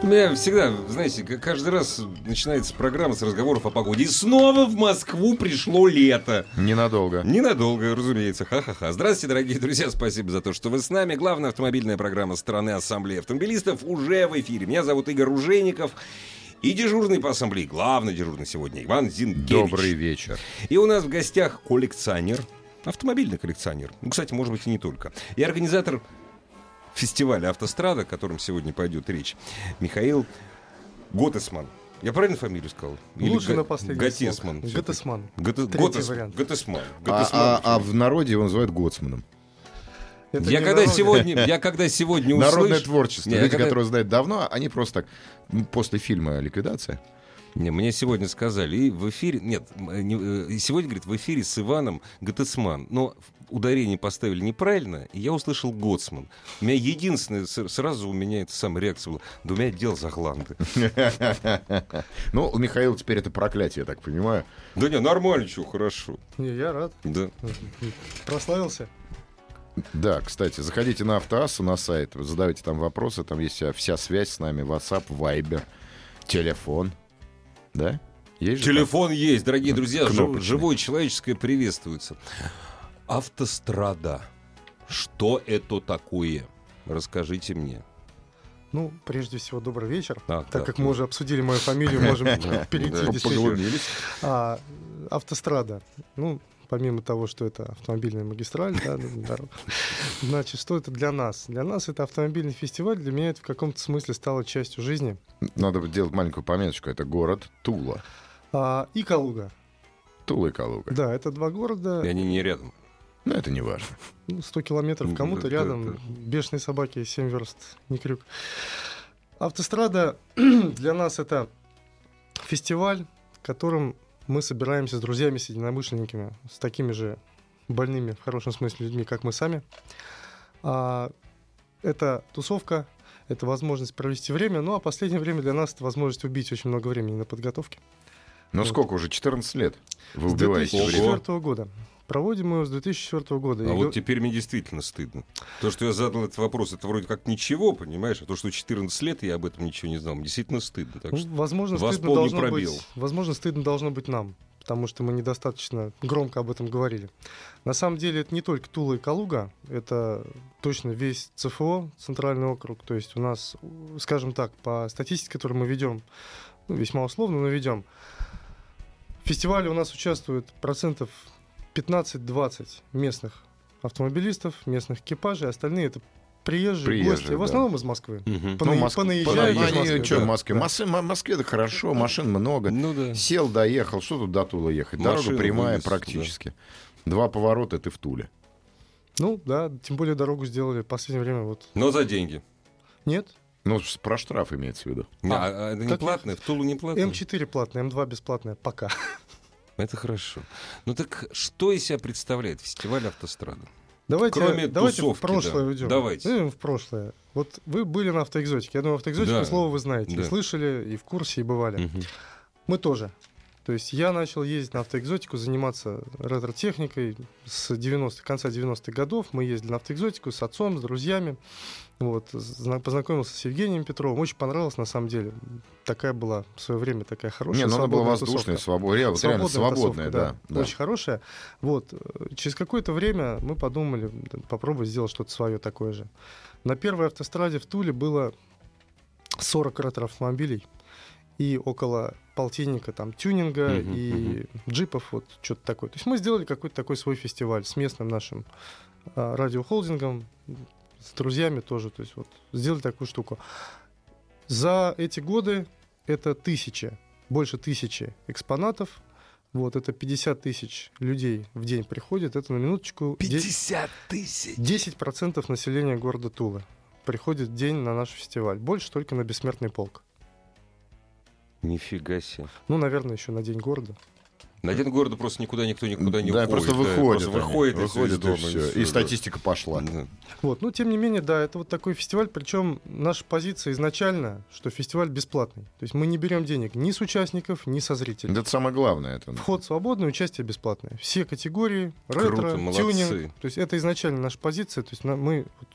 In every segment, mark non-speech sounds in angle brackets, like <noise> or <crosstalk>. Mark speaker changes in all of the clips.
Speaker 1: Ну, Я всегда, знаете, к- каждый раз начинается программа с разговоров о погоде. И снова в Москву пришло лето.
Speaker 2: Ненадолго.
Speaker 1: Ненадолго, разумеется. Ха-ха-ха. Здравствуйте, дорогие друзья. Спасибо за то, что вы с нами. Главная автомобильная программа страны Ассамблеи автомобилистов уже в эфире. Меня зовут Игорь Ружейников. И дежурный по ассамблее, главный дежурный сегодня, Иван Зинкевич.
Speaker 2: Добрый вечер.
Speaker 1: И у нас в гостях коллекционер, автомобильный коллекционер. Ну, кстати, может быть, и не только. И организатор фестиваля «Автострада», о котором сегодня пойдет речь, Михаил Готесман. Я правильно фамилию сказал? Или
Speaker 3: Ну, Лучше
Speaker 1: Га-
Speaker 3: на последний
Speaker 1: Готесман.
Speaker 3: слог.
Speaker 1: всё-таки.
Speaker 3: Готесман.
Speaker 1: Готе-
Speaker 3: Третий
Speaker 1: Готес-
Speaker 3: вариант.
Speaker 1: Готесман.
Speaker 2: А,
Speaker 1: Готесман.
Speaker 2: а- а в народе его называют Гоцманом.
Speaker 3: Это
Speaker 1: я
Speaker 3: не
Speaker 1: когда
Speaker 3: народное.
Speaker 1: сегодня, я когда сегодня услышу...
Speaker 2: Народное творчество.
Speaker 1: Не, я
Speaker 2: Люди,
Speaker 1: когда-
Speaker 2: которые знают давно, они просто так м, после фильма «Ликвидация». <laughs>
Speaker 1: Не, мне сегодня сказали, и в эфире... Нет, м, не, э, сегодня, говорит, в эфире с Иваном Готесман. Но в- ударение поставили неправильно, и я услышал Готсман. У меня единственное, с- сразу у меня эта самая реакция была, да у меня отдел за гланды.
Speaker 2: Ну, у Михаила теперь это проклятие, я так понимаю.
Speaker 1: Да не, нормально, что, хорошо.
Speaker 3: <laughs> Не, я рад.
Speaker 1: Да.
Speaker 3: Прославился.
Speaker 2: Да, кстати, заходите на Автоассу, на сайт, задавайте там вопросы, там есть вся, вся связь с нами, WhatsApp, Viber, телефон. Да? Есть же
Speaker 1: Телефон есть, дорогие друзья, жив-
Speaker 2: Кнопочный.
Speaker 1: живое человеческое приветствуется. Автострада. Что это такое? Расскажите мне.
Speaker 3: Ну, прежде всего, добрый вечер.
Speaker 1: А,
Speaker 3: так
Speaker 1: да.
Speaker 3: как мы уже обсудили мою фамилию, можем перейти
Speaker 2: там?
Speaker 3: действительно.
Speaker 2: Поглумились.
Speaker 3: А, Автострада. Ну, помимо того, что это автомобильная магистраль, да, ну, дорога. значит, что это для нас? Для нас это автомобильный фестиваль, для меня это в каком-то смысле стало частью жизни.
Speaker 2: Надо делать маленькую пометочку. Это город Тула.
Speaker 3: А, и Калуга.
Speaker 2: Тула и Калуга.
Speaker 3: Да, это два города,
Speaker 1: И они не рядом.
Speaker 2: Но это не важно.
Speaker 3: Ну, 100 километров
Speaker 1: Ну,
Speaker 3: кому-то
Speaker 1: да,
Speaker 3: рядом,
Speaker 1: да.
Speaker 3: бешеные собаки, 7 верст, не крюк. Автострада <clears throat> для нас это фестиваль, которым мы собираемся с друзьями, с единомышленниками, с такими же больными, в хорошем смысле, людьми, как мы сами. А, это тусовка, это возможность провести время, ну а последнее время для нас это возможность убить очень много времени на подготовке.
Speaker 2: Ну
Speaker 3: Вот.
Speaker 2: сколько уже? 14 лет вы
Speaker 3: С
Speaker 2: убиваете время.
Speaker 3: 2004 года. Проводим мы его с 2004 года.
Speaker 1: А
Speaker 3: И
Speaker 1: вот
Speaker 3: г-
Speaker 1: теперь мне действительно стыдно. То, что я задал этот вопрос, это вроде как ничего, понимаешь? А то, что 14 лет, и я об этом ничего не знал. Мне действительно стыдно. Так
Speaker 3: Ну,
Speaker 1: что...
Speaker 3: возможно,
Speaker 1: вас
Speaker 3: стыдно
Speaker 1: полный
Speaker 3: должно
Speaker 1: пробел.
Speaker 3: быть. Возможно, стыдно должно быть нам, потому что мы недостаточно громко об этом говорили. На самом деле это не только Тула и Калуга, это точно весь ЦФО, центральный округ. То есть у нас, у- скажем так, по статистике, которую мы ведем, ну, весьма условно, но ведем, в фестивале у нас участвует процентов 15-20 местных автомобилистов, местных экипажей, остальные это приезжие,
Speaker 2: Приезжие,
Speaker 3: гости, в
Speaker 2: да.
Speaker 3: основном из Москвы.
Speaker 1: Мгм.
Speaker 3: Пона-
Speaker 2: Моск-
Speaker 3: понаезжали
Speaker 2: понаезжали.
Speaker 1: из
Speaker 2: Они
Speaker 1: Москвы,
Speaker 2: чё
Speaker 1: да.
Speaker 2: Ну, в Москве? Моск- М- Москве-то хорошо, машин много.
Speaker 1: Ну да.
Speaker 2: Сел, доехал. Что тут до Тула ехать? Дорога
Speaker 1: Машина
Speaker 2: прямая
Speaker 1: вынесут,
Speaker 2: практически. Два поворота, и ты в Туле.
Speaker 3: Ну да, тем более дорогу сделали в последнее время. Вот
Speaker 1: Но за деньги.
Speaker 3: нет.
Speaker 2: Ну, с- про штраф имеется в виду.
Speaker 1: Не, А, а это не
Speaker 3: так-
Speaker 1: платное? В Тулу не платное?
Speaker 3: М4 платная, М2 бесплатная пока. <laughs>
Speaker 1: Это хорошо. Ну так что из себя представляет фестиваль автострады?
Speaker 3: Давайте,
Speaker 1: Кроме
Speaker 3: давайте
Speaker 1: тусовки,
Speaker 3: в прошлое
Speaker 1: да.
Speaker 3: уйдем.
Speaker 1: Давайте.
Speaker 3: Ну, В прошлое. Вот вы были на автоэкзотике. Я думаю, автоэкзотику
Speaker 1: Да.
Speaker 3: слово вы знаете.
Speaker 1: Да.
Speaker 3: И слышали, и в курсе, и бывали.
Speaker 1: Мгм.
Speaker 3: Мы тоже. То есть я начал ездить на автоэкзотику, заниматься ретро-техникой с 90 конца 90-х годов. Мы ездили на автоэкзотику с отцом, с друзьями. Вот, зна- познакомился с Евгением Петровым. Очень понравилось, на самом деле. Такая была в свое время такая хорошая
Speaker 2: Не, ну она была
Speaker 3: свободная
Speaker 2: воздушная,
Speaker 3: тусовка.
Speaker 2: свободная. Реально свободная,
Speaker 3: свободная
Speaker 2: да.
Speaker 3: тусовка,
Speaker 2: да.
Speaker 3: Очень хорошая. Вот. э, Через какое-то время мы подумали, да, попробовать сделать что-то свое такое же. На первой автостраде в Туле было 40 ретро-автомобилей и около полтинника там тюнинга
Speaker 1: Мгм,
Speaker 3: и джипов, вот что-то такое. То есть мы сделали какой-то такой свой фестиваль с местным нашим а, радиохолдингом, с друзьями тоже, то есть вот сделали такую штуку. За эти годы это тысячи, больше тысячи экспонатов, вот это 50 тысяч людей в день приходит, это на минуточку де-
Speaker 1: 50 тысяч!
Speaker 3: 10% населения города Тулы приходит в день на наш фестиваль, больше только на бессмертный полк.
Speaker 1: Нифига себе.
Speaker 3: Ну, наверное, еще на День города.
Speaker 1: На день города просто никуда никто никуда не
Speaker 2: да,
Speaker 1: уходит.
Speaker 2: просто
Speaker 1: да, просто
Speaker 2: выходит. они,
Speaker 1: выходит, и всё
Speaker 2: выходит
Speaker 1: из дома.
Speaker 2: и все.
Speaker 1: всё,
Speaker 2: И
Speaker 1: да.
Speaker 2: статистика пошла.
Speaker 1: Да.
Speaker 3: Вот, ну, тем не менее, да, это вот такой фестиваль, причем наша позиция изначально, что фестиваль бесплатный. То есть мы не берем денег ни с участников, ни со зрителей.
Speaker 2: Это самое главное. Это. ну.
Speaker 3: Вход свободный, участие бесплатное. Все категории, ретро,
Speaker 1: Круто, молодцы.
Speaker 3: тюнинг. То есть это изначально наша позиция. То есть на- мы вот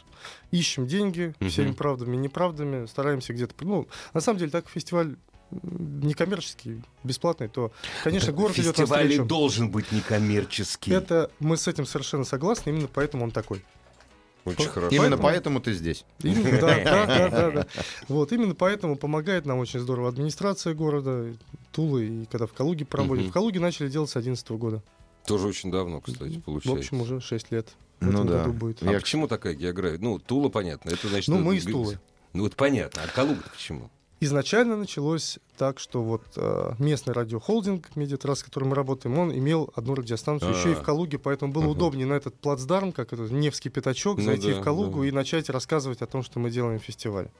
Speaker 3: ищем деньги
Speaker 1: Мгм.
Speaker 3: всеми правдами и неправдами, стараемся где-то... Ну, на самом деле, так как фестиваль м, некоммерческий, бесплатный, то, конечно, город идет
Speaker 1: Фестиваль
Speaker 3: навстречу.
Speaker 1: должен быть некоммерческий.
Speaker 3: Это мы с этим совершенно согласны, именно поэтому он такой.
Speaker 1: <laughs> Очень хорошо.
Speaker 2: Именно поэтому
Speaker 3: Поэтому-
Speaker 2: ты здесь.
Speaker 3: Именно, да, да, да, да, да. Вот, именно поэтому помогает нам очень здорово администрация города, Тулы, и когда в Калуге проводим.
Speaker 1: Мгм.
Speaker 3: В Калуге начали делать с 2011 года.
Speaker 1: Тоже очень давно, кстати,
Speaker 3: Ну, В
Speaker 1: получается.
Speaker 3: общем, уже 6 лет. В
Speaker 2: Ну
Speaker 3: этом
Speaker 2: да.
Speaker 3: году будет.
Speaker 1: а
Speaker 2: я-
Speaker 1: почему такая география? Ну, Тула, понятно. Это значит,
Speaker 3: Ну,
Speaker 1: это
Speaker 3: мы из
Speaker 1: г-
Speaker 3: Тулы.
Speaker 1: Ну, это понятно. А Калуга почему?
Speaker 3: Изначально началось так, что вот э, местный радиохолдинг Медиатрас, с которым мы работаем, он имел одну радиостанцию еще и в
Speaker 1: А.
Speaker 3: Калуге, поэтому было
Speaker 1: Ага.
Speaker 3: удобнее на этот плацдарм, как этот Невский пятачок,
Speaker 1: Ну
Speaker 3: зайти
Speaker 1: да,
Speaker 3: в Калугу
Speaker 1: да.
Speaker 3: и начать рассказывать о том, что мы делаем в фестивале.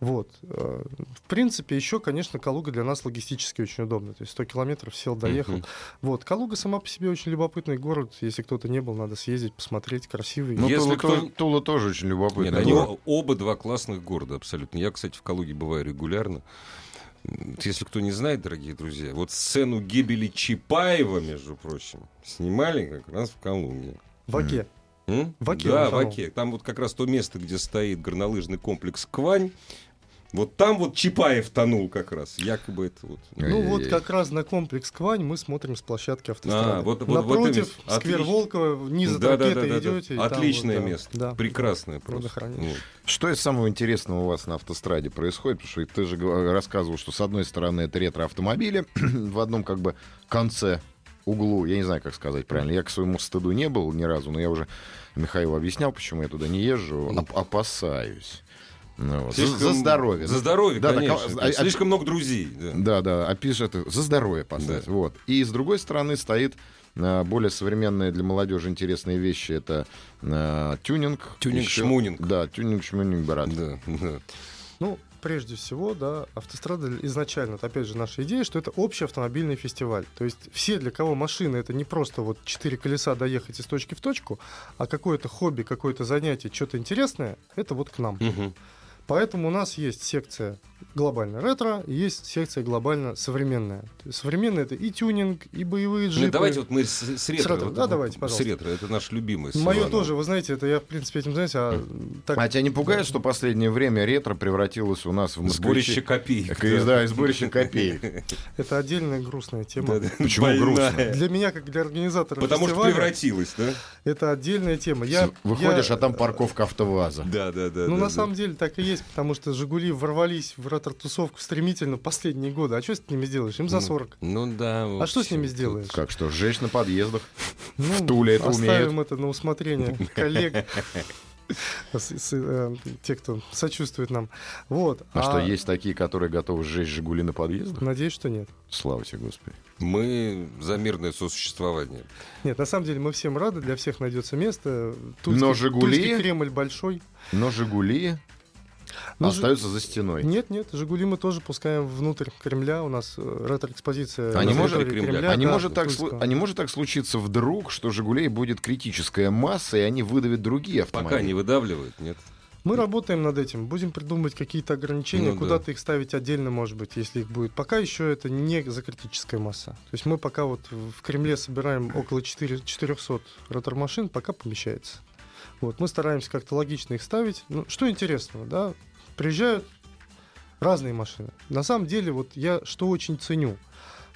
Speaker 3: Вот. Э, В принципе, еще, конечно, Калуга для нас логистически очень удобна. То есть 100 километров сел, доехал.
Speaker 1: Мгм.
Speaker 3: Вот. Калуга сама по себе очень любопытный город. Если кто-то не был, надо съездить, посмотреть, красивый.
Speaker 2: Ну,
Speaker 1: Если
Speaker 2: Тула,
Speaker 1: кто-
Speaker 2: тоже- Тула тоже очень любопытно.
Speaker 1: Нет, ну, они о- оба два классных города абсолютно. Я, кстати, в Калуге бываю регулярно. М, Если кто не знает, дорогие друзья, вот сцену гибели Чапаева, между прочим, снимали как раз в Калуге.
Speaker 3: В Оке.
Speaker 1: М?
Speaker 3: В Оке,
Speaker 1: Да,
Speaker 3: он
Speaker 1: в
Speaker 3: канал.
Speaker 1: Оке. Там вот как раз то место, где стоит горнолыжный комплекс Квань. Вот там вот Чапаев тонул как раз. Якобы это вот.
Speaker 3: Ну вот
Speaker 2: Ой-ой-ой.
Speaker 3: как раз на комплекс Квань мы смотрим с площадки
Speaker 1: А,
Speaker 3: автострады.
Speaker 1: вот- вот- вот
Speaker 3: Напротив,
Speaker 1: именно.
Speaker 3: сквер
Speaker 1: Отлично.
Speaker 3: Волкова, низ от
Speaker 1: Да, да,
Speaker 3: ракеты
Speaker 1: да, да, да.
Speaker 3: идете. и там
Speaker 1: Отличное
Speaker 3: вот, да,
Speaker 1: место.
Speaker 3: Да.
Speaker 1: Прекрасное просто.
Speaker 3: Родохранилище.
Speaker 1: Вот.
Speaker 2: Что из самого интересного у вас на автостраде происходит? Потому что ты же гов- рассказывал, что с одной стороны это ретро-автомобили <clears throat> в одном как бы конце углу, я не знаю, как сказать правильно. Я к своему стыду не был ни разу, но я уже Михаилу объяснял, почему я туда не езжу, оп- опасаюсь. Ну, вот. за, за здоровье.
Speaker 1: За здоровье,
Speaker 2: Да, так, а-
Speaker 1: конечно.
Speaker 2: а- а-
Speaker 1: Слишком много друзей. да.
Speaker 2: Да, да, опишешь это за здоровье поставить.
Speaker 1: Да.
Speaker 2: Вот. И с другой стороны стоит э, более современные для молодежи интересные вещи. Это э, тюнинг.
Speaker 1: Тюнинг,
Speaker 2: Ещё-
Speaker 1: шмунинг.
Speaker 2: Да, тюнинг, шмунинг, брат.
Speaker 1: Да, да.
Speaker 3: Ну, прежде всего, да, автострада изначально, это, опять же, наша идея, что это общий автомобильный фестиваль. То есть все, для кого машины, это не просто вот четыре колеса доехать из точки в точку, а какое-то хобби, какое-то занятие, что-то интересное, это вот к нам.
Speaker 1: Мгм.
Speaker 3: Поэтому у нас есть секция глобально ретро, и есть секция глобально современная. То есть Современная это и тюнинг, и боевые
Speaker 1: Ну,
Speaker 3: джипы.
Speaker 1: давайте вот мы с, с ретро.
Speaker 3: ретро.
Speaker 1: вот-
Speaker 3: Да,
Speaker 1: вот
Speaker 3: давайте, пожалуйста.
Speaker 1: С ретро, это наш любимый. с
Speaker 3: Мое
Speaker 1: Иваном.
Speaker 3: тоже, вы знаете, это я, в принципе, этим занимаюсь, а так...
Speaker 2: А тебя не пугает, что последнее время ретро превратилось у нас в москвичи?
Speaker 1: Сборище копеек.
Speaker 2: Э, Да, и
Speaker 1: <laughs>
Speaker 2: сборище копеек.
Speaker 3: Это отдельная грустная тема.
Speaker 2: Почему грустно?
Speaker 3: Для меня, как для организатора
Speaker 1: Потому что
Speaker 3: фестиваля,
Speaker 1: превратилось, да?
Speaker 3: это отдельная тема. Я,
Speaker 2: Выходишь,
Speaker 3: я-
Speaker 2: а там парковка автоваза.
Speaker 1: Да, да, да.
Speaker 3: Ну,
Speaker 1: да,
Speaker 3: на
Speaker 1: да.
Speaker 3: самом деле, так и есть, потому что «Жигули» ворвались в ретро-тусовку стремительно последние годы. А что с ними сделаешь? Им за 40.
Speaker 1: Ну да. в
Speaker 3: А что с
Speaker 1: общем,
Speaker 3: ними
Speaker 1: тут-
Speaker 3: сделаешь?
Speaker 2: Как что, жечь на подъездах?
Speaker 3: Ну,
Speaker 2: В Туле это
Speaker 3: оставим это
Speaker 2: <laughs>
Speaker 3: на усмотрение коллег, <laughs> с- с, э, те, кто сочувствует нам. Вот.
Speaker 2: А что, есть такие, которые готовы сжечь «Жигули» на подъездах?
Speaker 3: Надеюсь, что нет.
Speaker 2: Слава тебе, Господи.
Speaker 1: Мы за мирное сосуществование.
Speaker 3: Нет, на самом деле мы всем рады, для всех найдется место.
Speaker 2: Но
Speaker 3: Тульский-
Speaker 2: «Жигули»?
Speaker 3: Тульский Кремль большой.
Speaker 2: Но «Жигули»
Speaker 3: Ну,
Speaker 2: остаются за стеной.
Speaker 3: Нет, нет, Жигули мы тоже пускаем внутрь Кремля. У нас э, ретро-экспозиция.
Speaker 2: А не
Speaker 3: на
Speaker 2: может
Speaker 3: территории
Speaker 1: Кремля?
Speaker 2: А не,
Speaker 3: да,
Speaker 2: может так, слу-
Speaker 3: Тульского.
Speaker 2: а не может так случиться вдруг, что «Жигулей» будет критическая масса, и они выдавят другие
Speaker 1: Пока не
Speaker 2: автомобили?
Speaker 1: выдавливают, нет?
Speaker 3: Мы работаем над этим, будем придумывать какие-то ограничения,
Speaker 1: Ну да.
Speaker 3: куда-то их ставить отдельно, может быть, если их будет. Пока еще это не закритическая масса. То есть мы пока вот в Кремле собираем около 4 400 ротор-машин, пока помещается. Вот, мы стараемся как-то логично их ставить. Ну, что интересного, да, приезжают разные машины. На самом деле, вот я что очень ценю,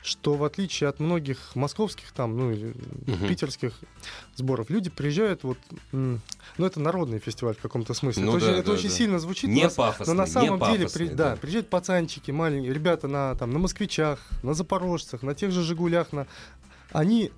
Speaker 3: что в отличие от многих московских там, ну или
Speaker 1: Мгм.
Speaker 3: питерских сборов, люди приезжают вот, м, ну это народный фестиваль в каком-то смысле.
Speaker 1: Ну
Speaker 3: это
Speaker 1: да,
Speaker 3: очень, это
Speaker 1: да,
Speaker 3: очень
Speaker 1: да.
Speaker 3: сильно звучит,
Speaker 1: Не
Speaker 3: но, ну, на с-
Speaker 1: пафосный,
Speaker 3: но на
Speaker 1: не
Speaker 3: самом деле
Speaker 1: пафосный,
Speaker 3: при- да,
Speaker 1: да.
Speaker 3: приезжают пацанчики маленькие, ребята на там на москвичах, на запорожцах, на тех же жигулях, на они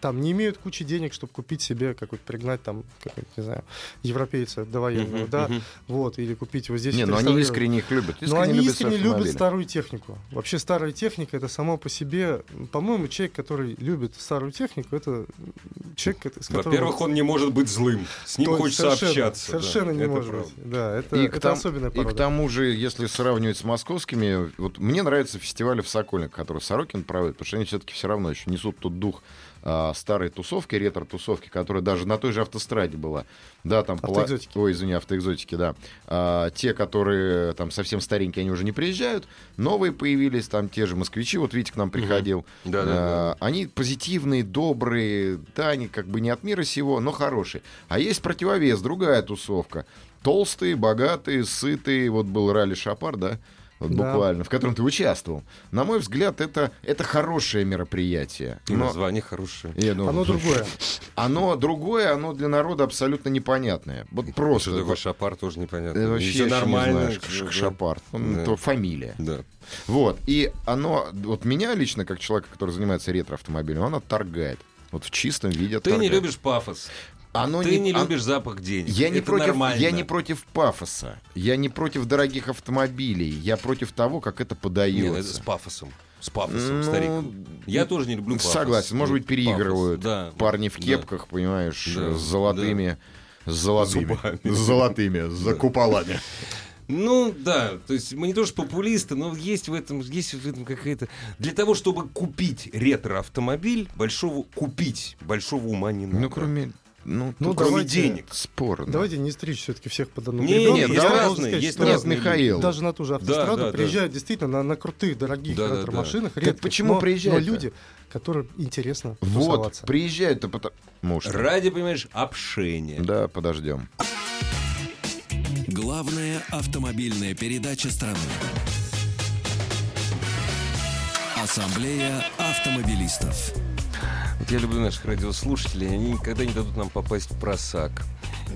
Speaker 3: там не имеют кучи денег, чтобы купить себе какой-то пригнать там, какой-то, не знаю, европейца довоенного,
Speaker 1: Мгм,
Speaker 3: да,
Speaker 1: мгм.
Speaker 3: вот, или купить его здесь.
Speaker 2: Не, ну они
Speaker 3: отреставрировать.
Speaker 2: искренне их любят.
Speaker 3: Но они
Speaker 2: свой
Speaker 3: искренне любят
Speaker 2: автомобиль.
Speaker 3: старую технику. Вообще старая техника это само по себе, по-моему, человек, который любит старую технику, это человек, кот- с которым...
Speaker 1: Во-первых, он не может быть злым. С ним
Speaker 3: То-
Speaker 1: хочется
Speaker 3: совершенно-
Speaker 1: общаться. да.
Speaker 3: Совершенно не
Speaker 1: Это
Speaker 3: может
Speaker 1: правда.
Speaker 3: быть. Да, это,
Speaker 2: И,
Speaker 3: это
Speaker 2: к там-
Speaker 3: особенная
Speaker 2: и к
Speaker 3: порода.
Speaker 2: тому же, если сравнивать с московскими, вот мне нравятся фестивали в Сокольниках, которые Сорокин проводит, потому что они все-таки все равно еще несут тот дух а, старой тусовки, ретро-тусовки, которая даже на той же автостраде была. Да, там пола-
Speaker 3: Автоэкзотики.
Speaker 2: Ой, извини, автоэкзотики, да. А, те, которые э, там совсем старенькие, они уже не приезжают. Новые появились, там те же москвичи, вот Витя к нам приходил.
Speaker 1: Да-да-да.
Speaker 2: А, Они позитивные, добрые, да, они как бы не от мира сего, но хорошие. А есть противовес, другая тусовка. Толстые, богатые, сытые. Вот был ралли Шапар, да? Вот
Speaker 3: Да.
Speaker 2: буквально, в котором ты участвовал. На мой взгляд, это, это хорошее мероприятие.
Speaker 1: И
Speaker 2: Но-
Speaker 1: название хорошее.
Speaker 2: Я думаю,
Speaker 3: Оно другое.
Speaker 2: Оно другое, оно для народа абсолютно непонятное. Вот просто.
Speaker 1: Что такое
Speaker 2: вот,
Speaker 1: шапар, тоже непонятно.
Speaker 2: э, вообще
Speaker 1: Всё
Speaker 2: еще не
Speaker 1: нормально.
Speaker 2: знаешь, Ш-
Speaker 1: да.
Speaker 2: Шапар. Ну,
Speaker 1: Да.
Speaker 2: то фамилия.
Speaker 1: Да.
Speaker 2: Вот. И оно, вот меня лично, как человека, который занимается ретро-автомобилем, оно торгает. Вот в чистом виде
Speaker 1: Ты не
Speaker 2: отторгает.
Speaker 1: любишь пафос.
Speaker 2: Оно
Speaker 1: Ты не
Speaker 2: он-
Speaker 1: любишь запах денег.
Speaker 2: ну а Я не,
Speaker 1: Это
Speaker 2: против,
Speaker 1: нормально.
Speaker 2: я не против пафоса. Я не против дорогих автомобилей. Я против того, как это
Speaker 1: Не, ну,
Speaker 2: подается.
Speaker 1: это с пафосом. С пафосом,
Speaker 2: Ну,
Speaker 1: старик. Я тоже не люблю пафос.
Speaker 2: Согласен. Может быть,
Speaker 1: Пафос,
Speaker 2: переигрывают
Speaker 1: да.
Speaker 2: парни в
Speaker 1: Да.
Speaker 2: кепках, понимаешь,
Speaker 1: Да,
Speaker 2: с золотыми... С золотыми,
Speaker 1: Зубами. <laughs>
Speaker 2: с золотыми, за куполами.
Speaker 1: Ну да, то есть мы не то что популисты, но есть в этом, есть в этом какая-то. Для того, чтобы купить ретро-автомобиль, большого купить большого ума не надо.
Speaker 2: Ну, кроме... Ну,
Speaker 3: Ну,
Speaker 2: тут
Speaker 1: кроме
Speaker 3: давайте-
Speaker 1: денег.
Speaker 2: спорно.
Speaker 3: Давайте не стричь все-таки всех под одну
Speaker 1: Не,
Speaker 3: гребенку.
Speaker 1: не,
Speaker 3: Я
Speaker 1: есть
Speaker 3: должен
Speaker 1: разные,
Speaker 3: сказать,
Speaker 1: есть
Speaker 3: что
Speaker 2: Нет,
Speaker 1: разные
Speaker 2: Михаил.
Speaker 3: Даже на ту же автостраду
Speaker 1: да, да.
Speaker 3: приезжают действительно на, на крутых, дорогих
Speaker 1: Да, да,
Speaker 3: ретро-машинах.
Speaker 2: Так
Speaker 3: редких,
Speaker 2: почему
Speaker 3: но-
Speaker 2: приезжают-то?
Speaker 3: Но люди, которым интересно
Speaker 2: Вот,
Speaker 3: тусоваться.
Speaker 2: приезжают-то потому... Может,
Speaker 1: Ради, понимаешь, обшения.
Speaker 2: да, подождем.
Speaker 4: Главная автомобильная передача страны. Ассамблея автомобилистов.
Speaker 1: Вот я люблю наших радиослушателей, они никогда не дадут нам попасть в просак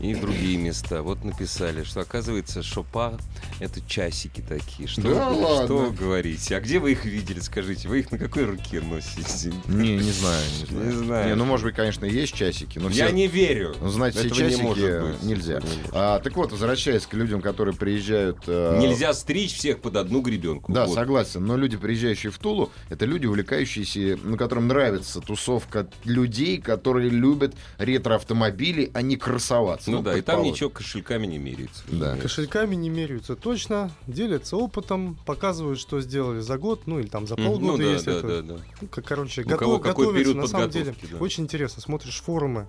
Speaker 1: и в другие места. Вот написали, что оказывается шопа — это часики такие. Что,
Speaker 2: Да
Speaker 1: вы-
Speaker 2: ладно?
Speaker 1: что вы говорите? А где вы их видели, скажите? Вы их на какой руке носите?
Speaker 2: Не, не знаю, не знаю.
Speaker 1: Не знаю.
Speaker 2: Не, ну, может быть, конечно, и есть часики, но
Speaker 1: Я
Speaker 2: все...
Speaker 1: не верю.
Speaker 2: Ну, Знать все
Speaker 1: Этого не
Speaker 2: часики
Speaker 1: может быть.
Speaker 2: нельзя.
Speaker 1: Не может.
Speaker 2: А, так вот, возвращаясь к людям, которые приезжают... э,
Speaker 1: Нельзя стричь всех под одну гребенку.
Speaker 2: Да,
Speaker 1: Вот.
Speaker 2: согласен. Но люди, приезжающие в Тулу, это люди, увлекающиеся, ну, которым нравится тусовка людей, которые любят ретро-автомобили, а не красоваться.
Speaker 1: Ну, да, и там
Speaker 2: предположим.
Speaker 1: ничего кошельками не меряется.
Speaker 2: Да.
Speaker 3: Кошельками не меряются точно, делятся опытом, показывают, что сделали за год, ну или там за полгода,
Speaker 1: Ну да,
Speaker 3: если
Speaker 1: да,
Speaker 3: это
Speaker 1: да, да.
Speaker 3: Ну, как- короче,
Speaker 1: У
Speaker 3: готов,
Speaker 1: кого какой
Speaker 3: готовится,
Speaker 1: период
Speaker 3: на самом деле.
Speaker 1: подготовки, да.
Speaker 3: Очень интересно, смотришь форумы,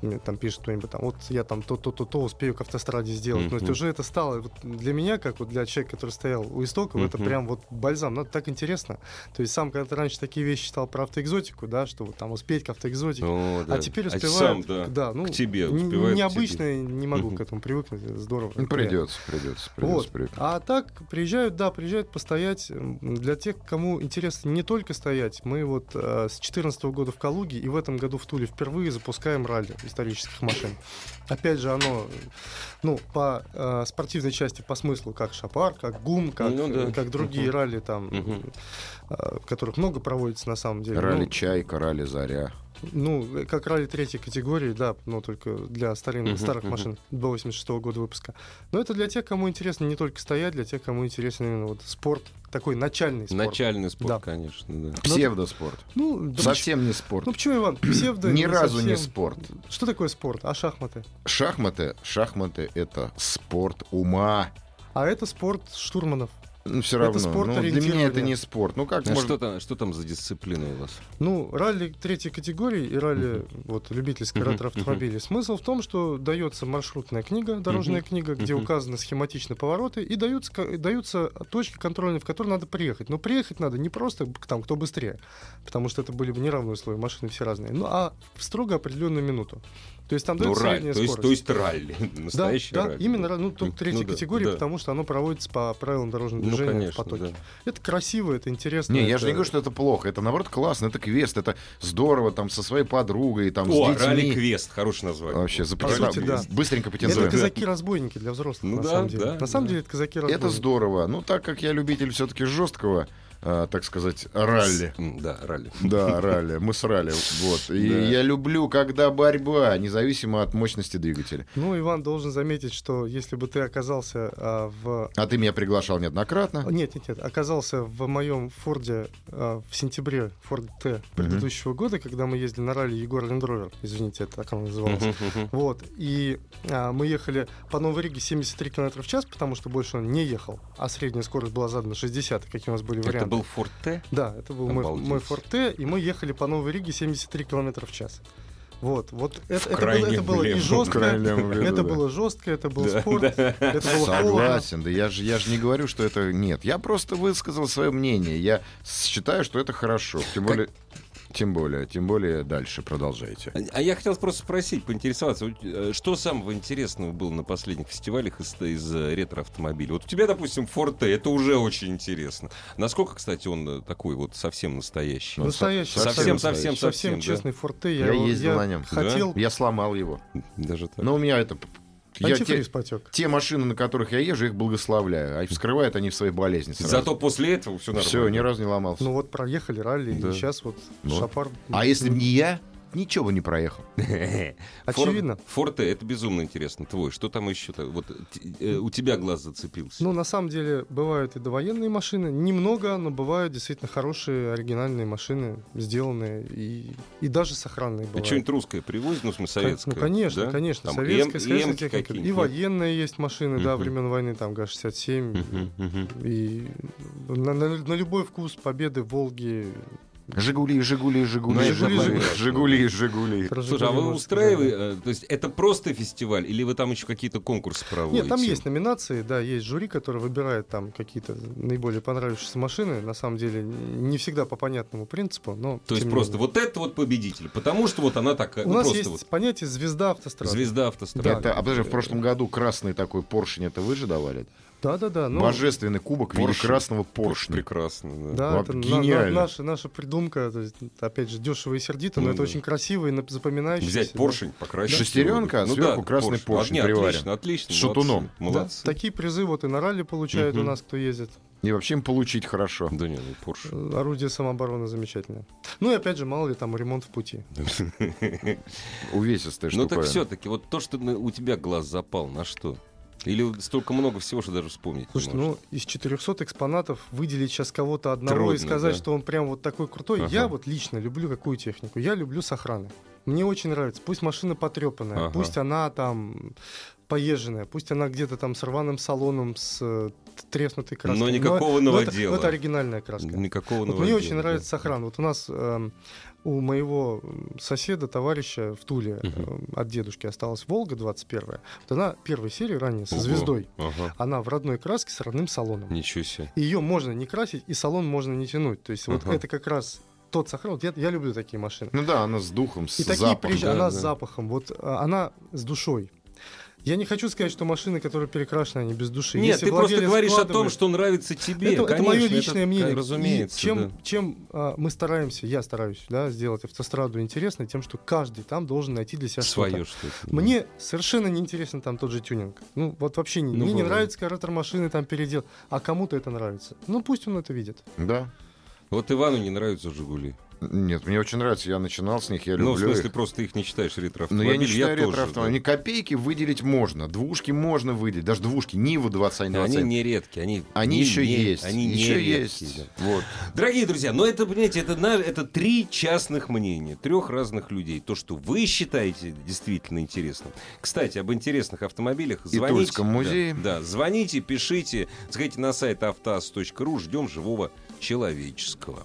Speaker 3: мне там пишет кто-нибудь там, вот я там то-то-то-то успею к автостраде сделать.
Speaker 1: Мгм.
Speaker 3: Но это уже это стало вот для меня, как вот для человека, который стоял у истоков, это
Speaker 1: Мгм.
Speaker 3: прям вот бальзам. Ну, это так интересно. То есть сам когда-то раньше такие вещи читал про автоэкзотику, да, что вот там успеть к автоэкзотике.
Speaker 1: О, Ну, да.
Speaker 3: А теперь успевают,
Speaker 1: сам, да.
Speaker 3: ну,
Speaker 1: К тебе
Speaker 3: н-
Speaker 1: успевают к
Speaker 3: необычно, я не могу
Speaker 1: Мгм.
Speaker 3: к этому привыкнуть, это здорово.
Speaker 2: Ну,
Speaker 3: Это
Speaker 2: придется, придется, придется.
Speaker 3: вот.
Speaker 2: привыкнуть.
Speaker 3: А так приезжают, да, приезжают постоять м, для тех, кому интересно не только стоять. Мы вот э, с 2014 года в Калуге и в этом году в Туле впервые запускаем ралли исторических машин. Опять же, оно, э, ну, по э, спортивной части, по смыслу, как Шапар, как ГУМ, как,
Speaker 1: Ну да.
Speaker 3: э, как другие
Speaker 1: Мгм.
Speaker 3: ралли там,
Speaker 1: Мгм.
Speaker 3: э, которых много проводится на самом деле.
Speaker 2: Ралли
Speaker 3: Ну,
Speaker 2: Чайка, ралли Заря.
Speaker 3: ну, э, как ралли третьей категории, да, но только для старин-
Speaker 1: Мгм,
Speaker 3: старых
Speaker 1: мгм.
Speaker 3: машин до 86 года выпуска. Но это для тех, кому интересно не только стоять, для тех, кому интересен именно вот спорт, такой начальный спорт.
Speaker 1: Начальный спорт,
Speaker 3: Да.
Speaker 1: конечно, да.
Speaker 2: Псевдоспорт.
Speaker 3: Ну, да поч-
Speaker 2: Совсем не спорт.
Speaker 3: ну почему,
Speaker 2: <clears throat>
Speaker 3: Иван, псевдо...
Speaker 2: Ни разу не
Speaker 3: совсем.
Speaker 2: спорт.
Speaker 3: Что такое спорт? А шахматы?
Speaker 2: Шахматы, шахматы это спорт ума.
Speaker 3: А это спорт штурманов.
Speaker 2: Ну, все
Speaker 3: Это
Speaker 2: равно.
Speaker 3: спорт
Speaker 2: ну, для меня это
Speaker 3: ориентирования.
Speaker 2: не спорт. Ну, как
Speaker 1: А
Speaker 2: можно...
Speaker 1: что, там, что там за дисциплина у вас?
Speaker 3: Ну, ралли третьей категории и ралли вот, любительской
Speaker 1: Мгм,
Speaker 3: ретро-автомобилей. Смысл в том, что дается маршрутная книга, дорожная
Speaker 1: Мгм,
Speaker 3: книга, где
Speaker 1: мгм.
Speaker 3: указаны схематично повороты, и даются, ко- даются точки контрольные, в которые надо приехать. Но приехать надо не просто к- там, кто быстрее, потому что это были бы неравные условия, машины все разные, ну, а в строго определенную минуту. То есть там
Speaker 1: Ну,
Speaker 3: дается
Speaker 1: ралли.
Speaker 3: средняя
Speaker 1: То есть,
Speaker 3: скорость.
Speaker 1: то есть ралли. <laughs>
Speaker 3: да,
Speaker 1: Настоящий
Speaker 3: да,
Speaker 1: ралли.
Speaker 3: именно ну, только
Speaker 1: Ну,
Speaker 3: третьей
Speaker 1: да,
Speaker 3: категории,
Speaker 1: да.
Speaker 3: потому что оно проводится по правилам дорожного
Speaker 1: Ну,
Speaker 3: движения в
Speaker 1: конечно,
Speaker 3: потоке.
Speaker 1: да.
Speaker 3: Это красиво, это интересно.
Speaker 2: Не, я
Speaker 3: это-
Speaker 2: же не говорю, что это плохо. Это наоборот классно, это квест, это здорово, там со своей подругой, там
Speaker 1: О,
Speaker 2: с детьми.
Speaker 1: ралли-квест, хорошее название.
Speaker 2: Вообще,
Speaker 1: Вот.
Speaker 2: запр-
Speaker 3: По сути,
Speaker 2: да,
Speaker 3: да.
Speaker 2: быстренько
Speaker 3: Это
Speaker 2: потенциально.
Speaker 3: казаки-разбойники для взрослых,
Speaker 1: Ну
Speaker 3: на
Speaker 1: да,
Speaker 3: самом деле.
Speaker 1: да,
Speaker 3: на самом
Speaker 1: да.
Speaker 3: деле это казаки-разбойники.
Speaker 2: Это здорово. Ну, так как я любитель все-таки жесткого э, так сказать, ралли.
Speaker 1: М, Да, ралли.
Speaker 2: Да, ралли. Мы срали. Вот. И я люблю, когда борьба, независимо от мощности двигателя.
Speaker 3: Ну, Иван должен заметить, что если бы ты оказался а, в...
Speaker 2: А ты меня приглашал неоднократно.
Speaker 3: Нет, нет, нет, оказался в моем Форде а, в сентябре, Форд Т предыдущего года, когда мы ездили на ралли Егор Лендровер, извините, это так он назывался. Вот, и а, мы ехали по Новой Риге 73 км в час, потому что больше он не ехал, а средняя скорость была задана 60, какие у нас были варианты.
Speaker 1: Это был Форт Т.
Speaker 3: Да, это был мой,
Speaker 1: Обалдеть.
Speaker 3: мой Форд Т, и мы ехали по Новой Риге 73 км в час. Вот, вот это, это было,
Speaker 1: крайнем
Speaker 3: это было и
Speaker 1: блин.
Speaker 3: жестко,
Speaker 2: Крайнем блин, да.
Speaker 3: это было жестко, это был спорт, это было холодно.
Speaker 2: Согласен, да я же, я же не говорю, что это нет. Я просто высказал свое мнение. Я считаю, что это хорошо. Тем более, тем более, тем более дальше продолжайте.
Speaker 1: А- А я хотел просто спросить, поинтересоваться, вот, э, что самого интересного было на последних фестивалях из, из, э, ретро-автомобилей? Вот у тебя, допустим, Форте, это уже очень интересно. Насколько, кстати, он э, такой вот совсем настоящий?
Speaker 2: Ну,
Speaker 3: Настоящий,
Speaker 2: со-
Speaker 1: совсем, совсем,
Speaker 3: совсем,
Speaker 1: совсем, да.
Speaker 3: честный Форд Т.
Speaker 2: Я
Speaker 3: его-
Speaker 2: ездил на нем.
Speaker 3: Хотел,
Speaker 2: Я сломал его.
Speaker 3: Ну,
Speaker 1: Даже так.
Speaker 2: Но у меня это... Я те,
Speaker 3: антифриз потек.
Speaker 2: те машины, на которых я езжу, их благословляю. А вскрывают они в своей болезни сразу.
Speaker 1: Зато после этого все нормально.
Speaker 2: Все, ни разу не ломался.
Speaker 3: Ну вот проехали ралли,
Speaker 1: Да.
Speaker 3: и сейчас вот
Speaker 2: Вот.
Speaker 3: шапар.
Speaker 2: А если
Speaker 3: ну.
Speaker 2: бы не я, ничего бы не проехал.
Speaker 3: <laughs> Очевидно.
Speaker 1: Фор- Форте, это безумно интересно. Твой, что там еще? Вот т- э, у тебя глаз зацепился.
Speaker 3: Ну, на самом деле, бывают и довоенные машины. Немного, но бывают действительно хорошие, оригинальные машины, сделанные и, и даже
Speaker 1: А
Speaker 3: сохранные бывают.
Speaker 1: что-нибудь русское привозит, ну, в смысле, советское?
Speaker 3: Ну, конечно,
Speaker 1: да?
Speaker 3: конечно.
Speaker 1: Там
Speaker 3: советская,
Speaker 1: М-
Speaker 3: советская
Speaker 1: М-ки
Speaker 3: техника. И
Speaker 1: какие-нибудь, нет?
Speaker 3: военные есть машины, да,
Speaker 1: Мгм.
Speaker 3: времен войны, там ГА-67.
Speaker 1: Мгм, мгм.
Speaker 3: И на, на- на любой вкус победы, Волги.
Speaker 2: Жигули, Жигули,
Speaker 1: Ну,
Speaker 2: Жигули,
Speaker 1: это
Speaker 2: Жигули,
Speaker 1: понятно.
Speaker 2: Жигули,
Speaker 1: Слушай,
Speaker 2: Жигули.
Speaker 1: а
Speaker 3: Разжигали
Speaker 1: вы
Speaker 3: нас,
Speaker 1: устраиваете, э, то есть это просто фестиваль, или вы там еще какие-то конкурсы
Speaker 3: да.
Speaker 1: проводите?
Speaker 3: Нет, там есть номинации, да, есть жюри, которые выбирает там какие-то наиболее понравившиеся машины. На самом деле, не всегда по понятному принципу, но...
Speaker 1: То есть
Speaker 3: тем не
Speaker 1: просто
Speaker 3: менее.
Speaker 1: вот это вот победитель, потому что вот она такая,
Speaker 3: У
Speaker 1: ну,
Speaker 3: нас
Speaker 1: просто
Speaker 3: есть
Speaker 1: вот
Speaker 3: понятие звезда автострады.
Speaker 1: звезда Э, автострады.
Speaker 2: Это, а подожди, в прошлом году красный такой поршень, это вы же давали?
Speaker 3: Да, да, да. Ну,
Speaker 2: Божественный кубок в виде
Speaker 1: Поршень.
Speaker 2: красного поршня.
Speaker 1: Прекрасно, да.
Speaker 3: Да,
Speaker 2: Вот
Speaker 3: это на-
Speaker 2: гениально.
Speaker 3: на- наша, наша придумка, то есть, опять же, дешево и сердито, но
Speaker 1: Ну
Speaker 3: это
Speaker 1: да.
Speaker 3: очень красиво и нап- запоминающееся.
Speaker 1: Взять
Speaker 3: да.
Speaker 1: поршень, покрасить.
Speaker 2: Шестеренка, а
Speaker 1: Ну да,
Speaker 2: сверху красный поршень
Speaker 1: Огня,
Speaker 2: приварен.
Speaker 1: Отлично, отлично.
Speaker 2: С шатуном.
Speaker 3: Да,
Speaker 1: Молодцы. молодцы.
Speaker 3: такие призы вот и на ралли получают у
Speaker 1: Мгм.
Speaker 3: нас, кто ездит.
Speaker 2: И вообще им получить хорошо.
Speaker 1: Да не, ну поршень.
Speaker 3: Э, Орудие самообороны замечательное. Ну и опять же, мало ли там ремонт в пути.
Speaker 2: Увесистая
Speaker 1: Ну так
Speaker 2: штуковина.
Speaker 1: все-таки, вот то, что на- у тебя глаз запал, на что? Или столько много всего, что даже вспомнить не
Speaker 3: Слушайте,
Speaker 1: можешь?
Speaker 3: ну из 400 экспонатов выделить сейчас кого-то одного и
Speaker 1: Трудно,
Speaker 3: сказать,
Speaker 1: да.
Speaker 3: что он прям вот такой крутой.
Speaker 1: Ага.
Speaker 3: Я вот лично люблю какую технику? Я люблю сохраны. Мне очень нравится. Пусть машина потрепанная,
Speaker 1: Ага.
Speaker 3: пусть она там поезженная, пусть она где-то там с рваным салоном, с э, треснутой краской.
Speaker 1: Но никакого
Speaker 3: это-
Speaker 1: новодела.
Speaker 3: это оригинальная краска.
Speaker 1: Никакого
Speaker 3: Вот мне
Speaker 1: новодела,
Speaker 3: очень
Speaker 1: да.
Speaker 3: нравится сохран. Вот у нас эм, у моего м, соседа, товарища в Туле
Speaker 1: Мгм.
Speaker 3: эм, от дедушки осталась Волга 21. Вот она первой серии ранее со
Speaker 1: Ого.
Speaker 3: звездой.
Speaker 1: Ага.
Speaker 3: Она в родной краске с родным салоном.
Speaker 1: Ничего себе.
Speaker 3: И Ее можно не красить, и салон можно не тянуть. То есть вот
Speaker 1: Ага.
Speaker 3: это как раз тот сохран. Вот Я, я люблю такие машины.
Speaker 2: Ну да, она с духом, с
Speaker 3: И такие
Speaker 2: запахом.
Speaker 3: приезжают.
Speaker 1: да, да.
Speaker 3: Она с запахом. Вот а, она с душой. Я не хочу сказать, что машины, которые перекрашены, они без души.
Speaker 1: Нет, ты
Speaker 3: Если
Speaker 1: просто
Speaker 3: владелец
Speaker 1: говоришь о том,
Speaker 3: вкладывает-
Speaker 1: что нравится тебе.
Speaker 3: это,
Speaker 1: Конечно,
Speaker 3: мое личное
Speaker 1: это,
Speaker 3: мнение.
Speaker 1: к- Разумеется.
Speaker 3: И чем
Speaker 1: да.
Speaker 3: чем а, мы стараемся, я стараюсь да, сделать автостраду интересной, тем, что каждый там должен найти для себя
Speaker 1: свое
Speaker 3: что-то.
Speaker 1: что-то.
Speaker 3: Мне совершенно не интересен там тот же тюнинг. Ну, вот вообще не.
Speaker 1: Ну,
Speaker 3: мне не
Speaker 1: бывает.
Speaker 3: нравится, когда ретро-машины там передел. А кому-то это нравится. Ну, пусть он это видит.
Speaker 2: Да.
Speaker 1: Вот Ивану не нравятся Жигули.
Speaker 2: Нет, мне очень нравится. Я начинал с них, я люблю
Speaker 1: Ну, в смысле,
Speaker 2: их.
Speaker 1: просто ты их не считаешь ретро
Speaker 2: Но я не считаю ретроавтомобилями. Ни копейки выделить можно. Двушки можно выделить. Даже двушки. Нива 20,
Speaker 1: Они
Speaker 2: 20.
Speaker 1: не редкие, они,
Speaker 2: Они
Speaker 1: не-
Speaker 2: еще
Speaker 1: не-
Speaker 2: есть.
Speaker 1: Они не
Speaker 2: еще
Speaker 1: редкие,
Speaker 2: есть.
Speaker 1: да.
Speaker 2: Вот.
Speaker 1: Дорогие друзья, но это, понимаете, это, на- это три частных мнения, трех разных людей. То, что вы считаете действительно интересным. Кстати, об интересных автомобилях звоните.
Speaker 2: Тульском музее.
Speaker 1: Да, да, звоните, пишите, заходите на сайт автоаз.ру, ждем живого человеческого.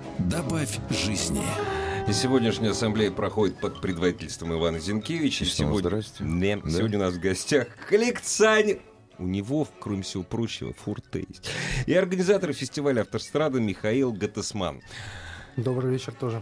Speaker 4: Добавь жизни.
Speaker 1: И сегодняшняя ассамблея проходит под предводительством Ивана Зинкевича.
Speaker 2: И снова здрасте.
Speaker 1: Не,
Speaker 2: Да.
Speaker 1: сегодня у нас в гостях коллекционер... у него, кроме всего прочего, фурта есть. И организатор фестиваля «Автострада» Михаил Гатасман.
Speaker 3: Добрый вечер тоже.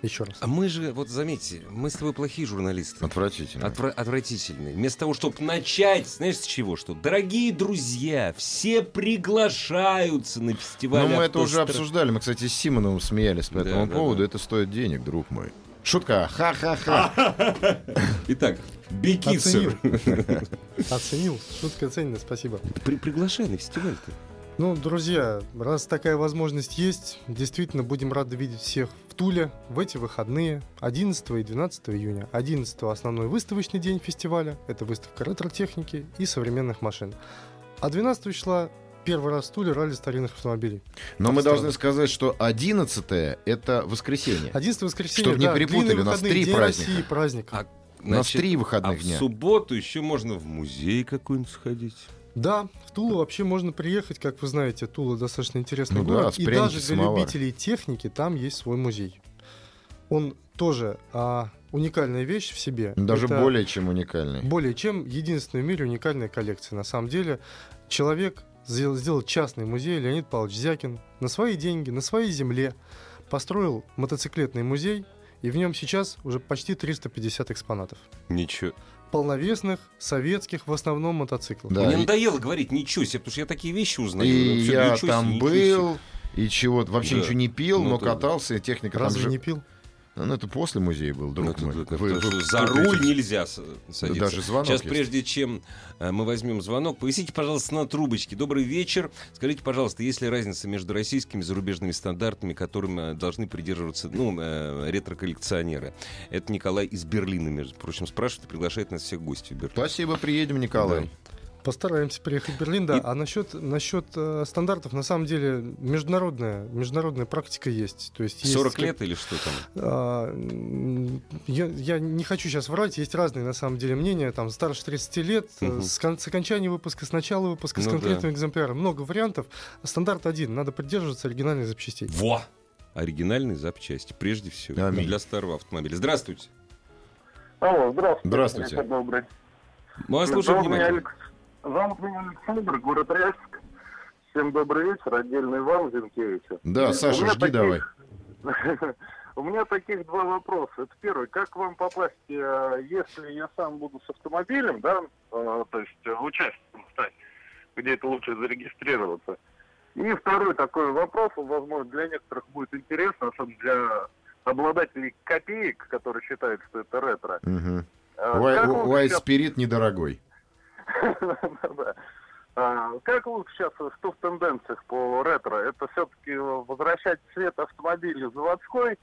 Speaker 3: Еще раз.
Speaker 1: А мы же, вот заметьте, мы с тобой плохие журналисты.
Speaker 2: Отвратительно.
Speaker 1: Отвра- отвратительные. Вместо того, чтобы начать, знаешь, с чего? Что, дорогие друзья, все приглашаются на фестиваль.
Speaker 2: Но Ну, мы это уже
Speaker 1: «Автостра-».
Speaker 2: обсуждали. Мы, кстати, с Симоновым смеялись по
Speaker 1: Да,
Speaker 2: этому
Speaker 1: да,
Speaker 2: поводу.
Speaker 1: да. А,
Speaker 2: Это стоит денег, друг мой. Шутка. Ха-ха-ха.
Speaker 1: Итак, <laughs> Бекисов.
Speaker 3: Оценил. Шутка оценена, спасибо.
Speaker 1: При- приглашай на фестиваль-то.
Speaker 3: Ну, друзья, раз такая возможность есть, действительно будем рады видеть всех в Туле в эти выходные 11 и 12 июня. 11 основной выставочный день фестиваля, это выставка ретро-техники и современных машин. А 12 числа первый раз в Туле ралли старинных автомобилей.
Speaker 2: Но мы
Speaker 3: Странно.
Speaker 2: должны сказать, что 11 это воскресенье.
Speaker 3: 11 воскресенье,
Speaker 2: Чтоб не
Speaker 3: да,
Speaker 2: перепутали,
Speaker 3: длинный
Speaker 2: у нас
Speaker 3: выходный
Speaker 2: три
Speaker 3: день
Speaker 2: праздника.
Speaker 3: России праздник.
Speaker 1: А,
Speaker 2: У нас
Speaker 1: Значит,
Speaker 2: три
Speaker 1: А
Speaker 2: выходных
Speaker 1: в
Speaker 2: дня.
Speaker 1: субботу еще можно в музей какой-нибудь сходить.
Speaker 3: Да, в Тулу вообще можно приехать, как вы знаете, Тула достаточно интересный
Speaker 2: Ну да,
Speaker 3: город.
Speaker 2: с
Speaker 3: и
Speaker 2: пряники,
Speaker 3: даже для
Speaker 2: самовар.
Speaker 3: любителей техники там есть свой музей. Он тоже а, уникальная вещь в себе.
Speaker 2: Ну, Даже
Speaker 3: Это
Speaker 2: более чем уникальный.
Speaker 3: более чем единственная в мире уникальная коллекция. На самом деле, человек сделал, сделал частный музей Леонид Павлович Зякин на свои деньги, на своей земле построил мотоциклетный музей, и в нем сейчас уже почти 350 экспонатов.
Speaker 1: Ничего.
Speaker 3: Полновесных, советских, в основном мотоциклов.
Speaker 2: Да,
Speaker 1: Мне
Speaker 2: и-
Speaker 1: надоело говорить ничего себе, потому что я такие вещи узнаю.
Speaker 2: И
Speaker 1: Вообще,
Speaker 2: я
Speaker 1: Ну, «Ничего себе,
Speaker 2: там
Speaker 1: ничего себе».
Speaker 2: был, и чего-то. Вообще
Speaker 1: Да.
Speaker 2: ничего не пил,
Speaker 1: Ну
Speaker 2: но
Speaker 1: да.
Speaker 2: катался, и техника там
Speaker 3: Разве
Speaker 2: же...
Speaker 3: не пил?
Speaker 2: Ну, это после музея был,
Speaker 1: Ну,
Speaker 2: друг
Speaker 1: это
Speaker 2: мой.
Speaker 1: да,
Speaker 2: Вы-
Speaker 1: потому что
Speaker 2: вы-
Speaker 1: за
Speaker 2: вы-
Speaker 1: руль нельзя с- садиться.
Speaker 2: даже звонок
Speaker 1: Сейчас,
Speaker 2: есть.
Speaker 1: прежде чем э, мы возьмем звонок, повисите, пожалуйста, на трубочке. Добрый вечер. Скажите, пожалуйста, есть ли разница между российскими и зарубежными стандартами, которым э, должны придерживаться ну, э, ретро-коллекционеры? Это Николай из Берлина, между прочим, спрашивает и приглашает нас всех в гости в Берлин.
Speaker 2: Спасибо, приедем, Николай.
Speaker 3: Постараемся приехать в Берлин, да.
Speaker 1: И-
Speaker 3: А насчет, насчет э, стандартов, на самом деле, международная, международная практика есть. То есть есть
Speaker 1: 40
Speaker 3: как-
Speaker 1: лет или что там?
Speaker 3: А, м, я, я не хочу сейчас врать, есть разные на самом деле мнения. Там старше 30 лет, э,
Speaker 1: Мгм.
Speaker 3: с, кон- с окончания выпуска, с начала выпуска, с
Speaker 1: Ну да.
Speaker 3: конкретным экземпляром. Много вариантов. Стандарт один. Надо придерживаться оригинальных запчастей.
Speaker 1: Во! Оригинальные запчасти, прежде всего, ну,
Speaker 2: Аминь.
Speaker 1: для старого автомобиля. Здравствуйте.
Speaker 5: Алло, здравствуйте.
Speaker 2: Здравствуйте.
Speaker 5: Вечер добрый.
Speaker 1: Мы вас слушаем
Speaker 5: Зовут меня,
Speaker 1: внимательно.
Speaker 5: Алекс... Зовут меня Александр, город Ряск. Всем добрый вечер, отдельно Ивану Зинкевичу.
Speaker 2: Да,
Speaker 5: У
Speaker 2: Саша,
Speaker 5: меня
Speaker 2: жди давай.
Speaker 5: <laughs> У меня таких два вопроса. Это первый, как вам попасть, э, если я сам буду с автомобилем, да, э, то есть э, участником стать, где это лучше зарегистрироваться. И второй такой вопрос, он, возможно, для некоторых будет интересно, особенно для обладателей копеек, которые считают, что это ретро.
Speaker 2: Мгм.
Speaker 5: А,
Speaker 2: Уай-
Speaker 5: как
Speaker 2: у-
Speaker 5: лучше
Speaker 2: White
Speaker 5: сейчас-
Speaker 2: Spirit недорогой.
Speaker 5: Да-да. А, Как лучше сейчас, что в тенденциях по ретро? Это все-таки возвращать цвет автомобиля заводской,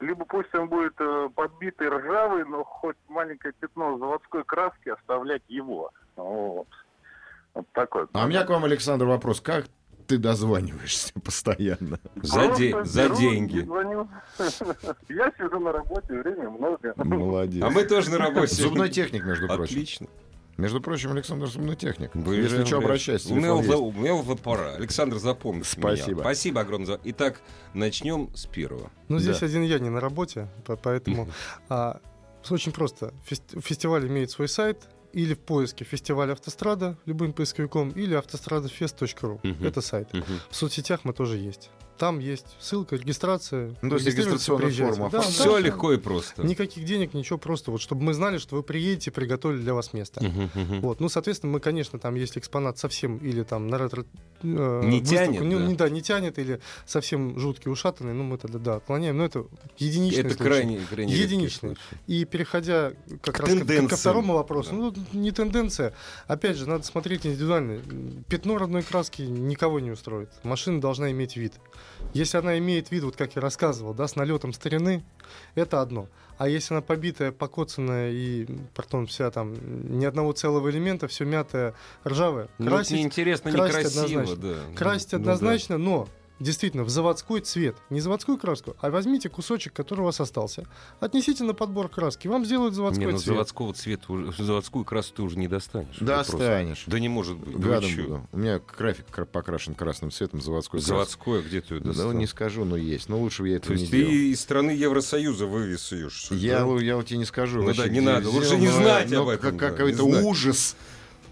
Speaker 5: либо пусть он будет э, подбитый ржавый, но хоть маленькое пятно заводской краски оставлять его. Вот. Вот такой.
Speaker 2: А у меня к вам, Александр, вопрос. Как ты дозваниваешься <laughs> постоянно?
Speaker 1: За, де-
Speaker 5: Просто
Speaker 1: за
Speaker 5: беру и
Speaker 1: деньги.
Speaker 5: звоню. <laughs> Я сижу на работе, время много.
Speaker 2: Молодец.
Speaker 1: А мы тоже на работе.
Speaker 2: Зубной техник, между прочим.
Speaker 1: Отлично.
Speaker 2: Между прочим, Александр зубной техник.
Speaker 1: Вы
Speaker 2: Если
Speaker 1: же,
Speaker 2: что,
Speaker 1: блядь,
Speaker 2: обращайся.
Speaker 1: У
Speaker 2: телефон
Speaker 1: Мелве-
Speaker 2: есть.
Speaker 1: у Мелве пора. Александр, запомните
Speaker 2: Спасибо.
Speaker 1: меня. Спасибо огромное. за- Итак, начнем с первого.
Speaker 3: Но здесь
Speaker 2: Да.
Speaker 3: один я не на работе, по-
Speaker 2: Ну,
Speaker 3: поэтому а, с- очень просто. Фест- Фестиваль имеет свой сайт или в поиске фестиваль автострада любым поисковиком или автострадафест.ру.
Speaker 1: Мгм.
Speaker 3: Это сайт. В соцрегистрационных соцсетях мы тоже есть. Там есть ссылка, регистрация.
Speaker 2: Ну, то есть
Speaker 3: Регистрируйтесь,
Speaker 2: регистрационная
Speaker 3: приезжайте.
Speaker 2: форма.
Speaker 3: Да,
Speaker 1: Все
Speaker 3: да.
Speaker 1: легко и просто.
Speaker 3: Никаких денег, ничего просто. Вот, чтобы мы знали, что вы приедете, приготовили для вас место.
Speaker 1: Мгм, мгм.
Speaker 3: Вот, ну, соответственно, мы, конечно, там, если экспонат совсем или там на ретро... э,
Speaker 1: Не
Speaker 3: выставку,
Speaker 1: тянет,
Speaker 3: не-
Speaker 1: да.
Speaker 3: не- да, не тянет, или совсем жуткий, ушатанный, ну, мы тогда, да, отклоняем. Но это единичный
Speaker 1: Это
Speaker 3: случай.
Speaker 1: крайне, крайне редкий
Speaker 3: Единичный.
Speaker 1: случай.
Speaker 3: И переходя как
Speaker 1: К
Speaker 3: раз ко- ко,
Speaker 1: тенденциям.
Speaker 3: второму вопросу,
Speaker 1: Да.
Speaker 3: ну тут не тенденция, опять же, надо смотреть индивидуально. Пятно родной краски никого не устроит. Машина должна иметь вид. Если она имеет вид, вот как я рассказывал, да, с налетом старины, это одно. А если она побитая, покоцанная и, пардон, вся там, ни одного целого элемента, все мятое, ржавое,
Speaker 1: Ну, вот
Speaker 3: красить,
Speaker 1: мне интересно,
Speaker 3: красить
Speaker 1: некрасиво.
Speaker 3: однозначно.
Speaker 1: да.
Speaker 3: красить
Speaker 1: Ну, да.
Speaker 3: однозначно, но действительно в заводской цвет, не заводскую краску, а возьмите кусочек, который у вас остался, отнесите на подбор краски, вам сделают заводской
Speaker 1: Не, ну
Speaker 3: цвет.
Speaker 1: заводского цвета, уже- заводскую красу ты уже не достанешь.
Speaker 2: Да,
Speaker 1: Это просто-
Speaker 2: станешь.
Speaker 1: Да не может быть. да вы
Speaker 2: Гадом
Speaker 1: чё?
Speaker 2: буду. У меня график кра- покрашен красным цветом, заводской красным.
Speaker 1: Заводское где ты ее
Speaker 2: Да,
Speaker 1: достал?
Speaker 2: ну, не скажу, но есть. Но лучше бы я
Speaker 1: То
Speaker 2: этого не
Speaker 1: есть
Speaker 2: делал.
Speaker 1: ты из страны Евросоюза вывез ее. что ли,
Speaker 2: Я,
Speaker 1: да?
Speaker 2: лу- я вот тебе не скажу.
Speaker 1: Ну
Speaker 2: вообще,
Speaker 1: да, не
Speaker 2: где
Speaker 1: надо,
Speaker 2: я
Speaker 1: лучше
Speaker 2: сделал,
Speaker 1: не
Speaker 2: но-
Speaker 1: знать
Speaker 2: но
Speaker 1: об этом,
Speaker 2: как-
Speaker 1: да, не
Speaker 2: Какой-то
Speaker 1: знать.
Speaker 2: ужас.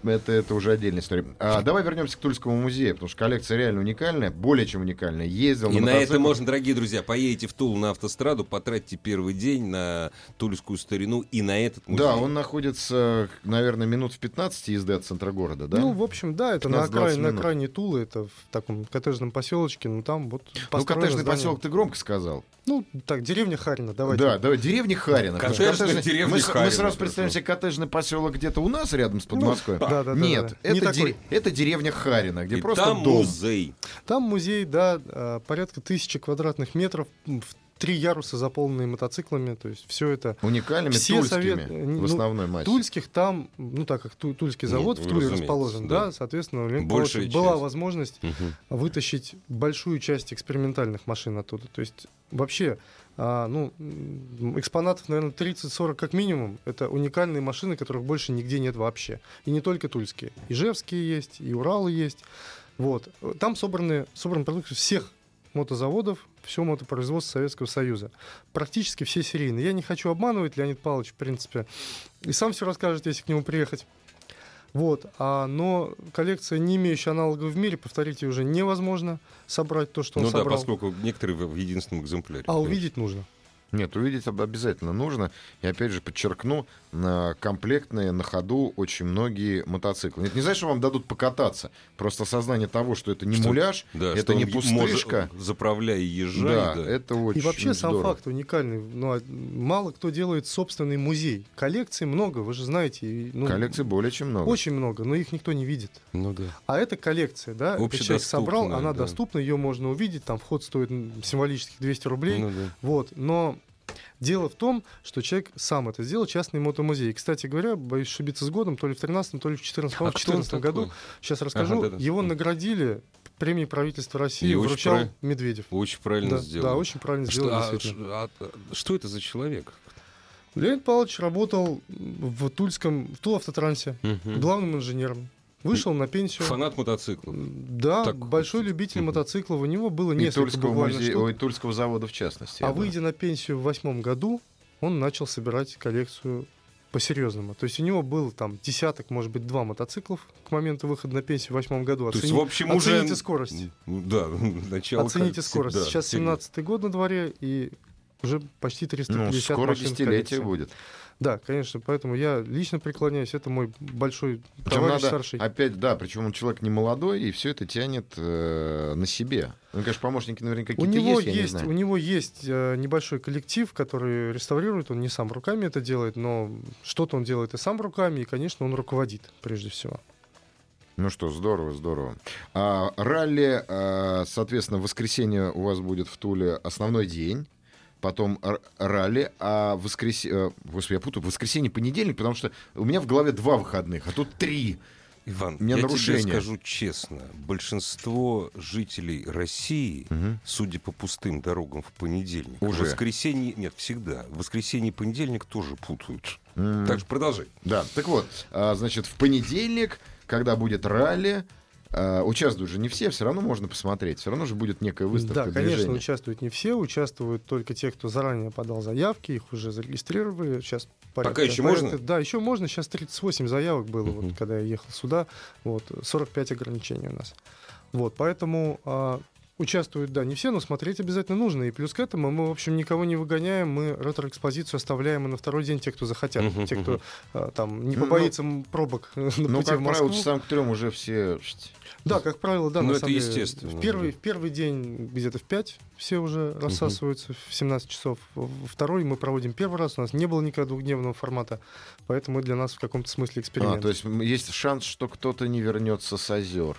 Speaker 2: это, это уже отдельная история. А, давай вернемся к Тульскому музею, потому что коллекция реально уникальная, более чем уникальная. Ездил
Speaker 1: И на
Speaker 2: мотоциклах.
Speaker 1: это можно, дорогие друзья, поедете в Тулу на автостраду, потратьте первый день на тульскую старину и на этот музей.
Speaker 2: Да, он находится, наверное, минут в 15 езды от центра города, да?
Speaker 3: Ну, в общем, да, это на
Speaker 2: 15-20
Speaker 3: окраине, на
Speaker 2: минут.
Speaker 3: окраине Тулы, это в таком коттеджном поселочке, ну там вот
Speaker 2: ну
Speaker 3: построено
Speaker 2: коттеджный
Speaker 3: здание.
Speaker 2: поселок ты громко сказал.
Speaker 3: Ну, так, деревня Харина, давайте.
Speaker 2: Да, да, деревня Харина. Потому что
Speaker 1: Коттеджная деревня
Speaker 2: мы, с- мы
Speaker 1: Харина,
Speaker 2: сразу представляем
Speaker 1: хорошо.
Speaker 2: себе коттеджный поселок где-то у нас рядом с Подмосковьем.
Speaker 3: да, да, да,
Speaker 2: Нет,
Speaker 3: да. Ну, Не
Speaker 2: Это,
Speaker 3: такой.
Speaker 2: дере- это деревня Харина, где
Speaker 1: И
Speaker 2: просто
Speaker 1: там
Speaker 2: дом.
Speaker 1: музей.
Speaker 3: Там музей, да, э, порядка тысячи квадратных метров, м, в три яруса заполненные мотоциклами, то есть все это.
Speaker 2: Уникальными
Speaker 3: Все
Speaker 2: тульскими
Speaker 3: совет- э, не-
Speaker 2: в
Speaker 3: ну,
Speaker 2: основной массе.
Speaker 3: Тульских там, ну так как ту- Тульский
Speaker 1: Нет,
Speaker 3: завод в
Speaker 1: ну,
Speaker 3: Туле
Speaker 1: разумеется,
Speaker 3: расположен,
Speaker 1: да.
Speaker 3: да, соответственно, у Леонида
Speaker 1: Большая
Speaker 3: Павловича была
Speaker 1: часть.
Speaker 3: возможность вытащить большую часть экспериментальных машин оттуда. То есть вообще, а, ну, м, экспонатов, наверное, 30-40 как минимум. Это уникальные машины, которых больше нигде нет вообще. И не только тульские. Ижевские есть, и Уралы есть. Вот. Там собраны, собран продукты всех мотозаводов, все мотопроизводство Советского Союза. Практически все серийные. Я не хочу обманывать, Леонид Павлович, в принципе. И сам все расскажет, если к нему приехать. Вот, а, но коллекция, не имеющая аналогов в мире, повторить ее уже невозможно собрать то, что он
Speaker 1: Ну да,
Speaker 3: собрал.
Speaker 1: поскольку некоторые в в единственном экземпляре.
Speaker 3: А увидеть нужно.
Speaker 2: Нет, увидеть об- обязательно нужно. И опять же подчеркну, на комплектные на ходу очень многие мотоциклы. Это не значит, что вам дадут покататься. Просто осознание того, что это не
Speaker 1: Что-
Speaker 2: муляж,
Speaker 1: Да,
Speaker 2: это
Speaker 1: что
Speaker 2: не
Speaker 1: он е- мож-
Speaker 2: пустышка.
Speaker 1: Заправляя и езжай.
Speaker 2: Да,
Speaker 1: да.
Speaker 2: это очень
Speaker 3: И
Speaker 1: ну,
Speaker 3: вообще сам
Speaker 2: здорово.
Speaker 3: факт уникальный. Ну, а мало кто делает собственный музей. Коллекций много, вы же знаете. и, ну,
Speaker 2: Коллекций более чем много.
Speaker 3: Очень много, но их никто не видит.
Speaker 1: Ну да.
Speaker 3: А это коллекция, да? это человек
Speaker 1: Общедоступная,
Speaker 3: собрал, она
Speaker 1: да.
Speaker 3: доступна, ее можно увидеть, там вход стоит м, символических 200 рублей.
Speaker 1: Ну да.
Speaker 3: Вот, но дело в том, что человек сам это сделал, частный мотомузей. Кстати говоря, боюсь ошибиться с годом, то ли в 13 то ли в 14
Speaker 1: А
Speaker 3: по-моему, в
Speaker 1: кто он
Speaker 3: 14 году,
Speaker 1: такой?
Speaker 3: сейчас расскажу,
Speaker 1: да-да.
Speaker 3: его
Speaker 1: Мгм.
Speaker 3: наградили премией правительства России,
Speaker 1: И очень
Speaker 3: вручал
Speaker 1: прав-
Speaker 3: Медведев.
Speaker 1: Очень правильно
Speaker 3: Да,
Speaker 1: сделал.
Speaker 3: да, очень правильно
Speaker 1: Что,
Speaker 3: сделал.
Speaker 1: а,
Speaker 3: действительно.
Speaker 1: ш- а, а, что это за человек?
Speaker 3: Леонид Павлович работал в Тульском, в Тулавтотрансе,
Speaker 1: Мгм.
Speaker 3: главным инженером. Вышел на пенсию.
Speaker 1: Фанат мотоциклов.
Speaker 3: Да,
Speaker 1: Так,
Speaker 3: большой
Speaker 1: вот,
Speaker 3: любитель
Speaker 1: мгм.
Speaker 3: мотоциклов. У него было
Speaker 2: И
Speaker 3: несколько
Speaker 2: Тульского,
Speaker 3: буквально
Speaker 2: музея,
Speaker 3: штук.
Speaker 2: ой, Тульского завода в частности. я
Speaker 3: А
Speaker 2: думаю.
Speaker 3: выйдя на пенсию в восьмом году, он начал собирать коллекцию по-серьезному. То есть у него было там десяток, может быть, два мотоциклов к моменту выхода на пенсию в восьмом году.
Speaker 1: То есть,
Speaker 3: Оцени-
Speaker 1: в общем, уже...
Speaker 3: оцените скорость.
Speaker 1: Да, <laughs> начало...
Speaker 3: Оцените скорость.
Speaker 1: Да,
Speaker 3: Сейчас
Speaker 1: серьезно.
Speaker 3: 17-й год на дворе, и уже почти
Speaker 2: Ну,
Speaker 3: 350
Speaker 2: скоро
Speaker 3: машин в коллекции.
Speaker 2: десятилетие будет.
Speaker 3: Да, конечно, поэтому я лично преклоняюсь. Это мой большой
Speaker 2: Причем
Speaker 3: товарищ
Speaker 2: надо
Speaker 3: старший.
Speaker 2: опять, да, причем он человек не молодой, и все это тянет э, на себе. Ну, конечно, помощники наверняка
Speaker 3: У
Speaker 2: какие-то
Speaker 3: него
Speaker 2: есть,
Speaker 3: есть,
Speaker 2: я не знаю.
Speaker 3: у него есть э, небольшой коллектив, который реставрирует. Он не сам руками это делает, но что-то он делает и сам руками, и, конечно, он руководит прежде всего.
Speaker 2: Ну что, здорово, здорово. А, ралли, а, соответственно, в воскресенье у вас будет в Туле основной день. Потом р- ралли, а воскресенье... Господи, я путаю. Воскресенье, понедельник, потому что у меня в голове два выходных, а тут три.
Speaker 1: Иван,
Speaker 2: У меня
Speaker 1: я
Speaker 2: нарушение.
Speaker 1: тебе скажу честно. Большинство жителей России,
Speaker 2: Мгм.
Speaker 1: судя по пустым дорогам в понедельник,
Speaker 2: Уже.
Speaker 1: в воскресенье... Нет, всегда. В воскресенье и понедельник тоже путают.
Speaker 2: М.
Speaker 1: Так что продолжай.
Speaker 2: Да, так вот, а, значит, в понедельник, когда будет ралли, а, участвуют же не все, все равно можно посмотреть, все равно же будет некая выставка
Speaker 3: да, конечно,
Speaker 2: движения.
Speaker 3: участвуют не все, участвуют только те, кто заранее подал заявки, их уже зарегистрировали. Сейчас порядка,
Speaker 1: еще
Speaker 3: порядка-
Speaker 1: можно?
Speaker 3: Да, еще можно. Сейчас 38 заявок было,
Speaker 1: Мгм.
Speaker 3: вот, когда я ехал сюда. Вот, 45 ограничений у нас. Вот, поэтому а, участвуют, да, не все, но смотреть обязательно нужно. И плюс к этому мы, в общем, никого не выгоняем, мы ретроэкспозицию оставляем и на второй день те, кто захотят,
Speaker 1: Мгм,
Speaker 3: те, кто
Speaker 1: мгм.
Speaker 3: а, там не
Speaker 2: Ну,
Speaker 3: побоится м, пробок <laughs> на
Speaker 2: Ну,
Speaker 3: пути в
Speaker 2: как
Speaker 3: Москву.
Speaker 2: правило, часам к трем уже все...
Speaker 3: Да, как правило, да.
Speaker 1: Ну,
Speaker 3: на
Speaker 1: это
Speaker 3: самом деле.
Speaker 1: естественно,
Speaker 3: В первый, в первый день где-то в 5 все уже рассасываются в 17 часов. Во Второй мы проводим первый раз. У нас не было никогда двухдневного формата. Поэтому для нас в каком-то
Speaker 2: А,
Speaker 3: смысле эксперимент.
Speaker 2: то есть м, есть шанс, что кто-то не вернется с озер.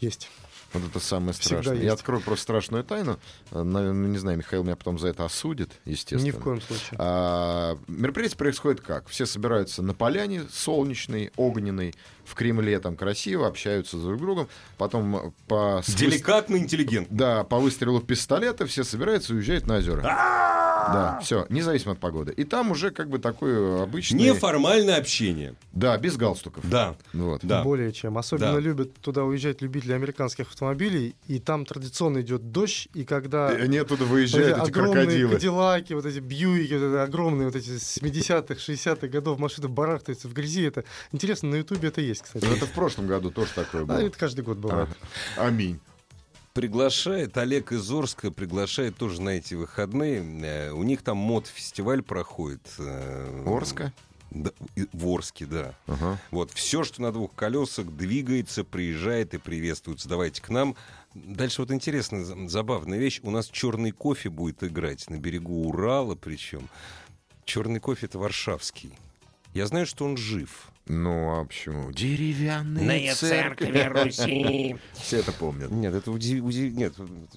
Speaker 3: Есть.
Speaker 2: Вот это самое
Speaker 3: Всегда
Speaker 2: страшное. Я
Speaker 3: есть.
Speaker 2: открою просто страшную тайну. Э, Наверное, не знаю, Михаил меня потом за это осудит, естественно.
Speaker 3: Ни в коем случае.
Speaker 2: А, мероприятие происходит как? Все собираются на поляне солнечной, огненной, в Кремле там красиво, общаются друг с другом. Потом э, по... с-
Speaker 1: Деликатный интеллигент.
Speaker 2: Да, по выстрелу пистолета все собираются и уезжают на озера. Да, все, независимо от погоды. И там уже как бы такое обычное...
Speaker 1: Неформальное общение.
Speaker 2: Да, без галстуков.
Speaker 1: Да.
Speaker 2: Вот.
Speaker 1: Да.
Speaker 3: Более чем. Особенно
Speaker 1: Да.
Speaker 3: любят туда уезжать любители американских автомобилей, и там традиционно идет дождь, и когда
Speaker 2: И Э, они оттуда
Speaker 3: вот эти
Speaker 2: выезжают, эти
Speaker 3: огромные
Speaker 2: крокодилы.
Speaker 3: кадиллаки, вот эти бьюики, вот эти огромные вот эти 70-х, 60-х годов машины барахтаются в грязи, это интересно, на ютубе это есть, кстати.
Speaker 2: Ну, Это в прошлом году тоже такое
Speaker 3: А
Speaker 2: было.
Speaker 3: это каждый год бывает.
Speaker 2: Аминь.
Speaker 1: Приглашает Олег из Орска, приглашает тоже на эти выходные. Э, У них там мод-фестиваль проходит. э,
Speaker 2: Орска?
Speaker 1: Да, и- в Орске, да.
Speaker 2: Ага.
Speaker 1: Вот все, что на двух колесах двигается, приезжает и приветствуется. Давайте к нам. Дальше вот интересная, за- забавная вещь. У нас черный кофе будет играть на берегу Урала, причем. Черный кофе это варшавский. Я знаю, что он жив.
Speaker 2: Ну, а почему? Деревянные
Speaker 6: Ная церкви Руси.
Speaker 2: Все это помнят.
Speaker 1: Нет, это уди- уди- нет,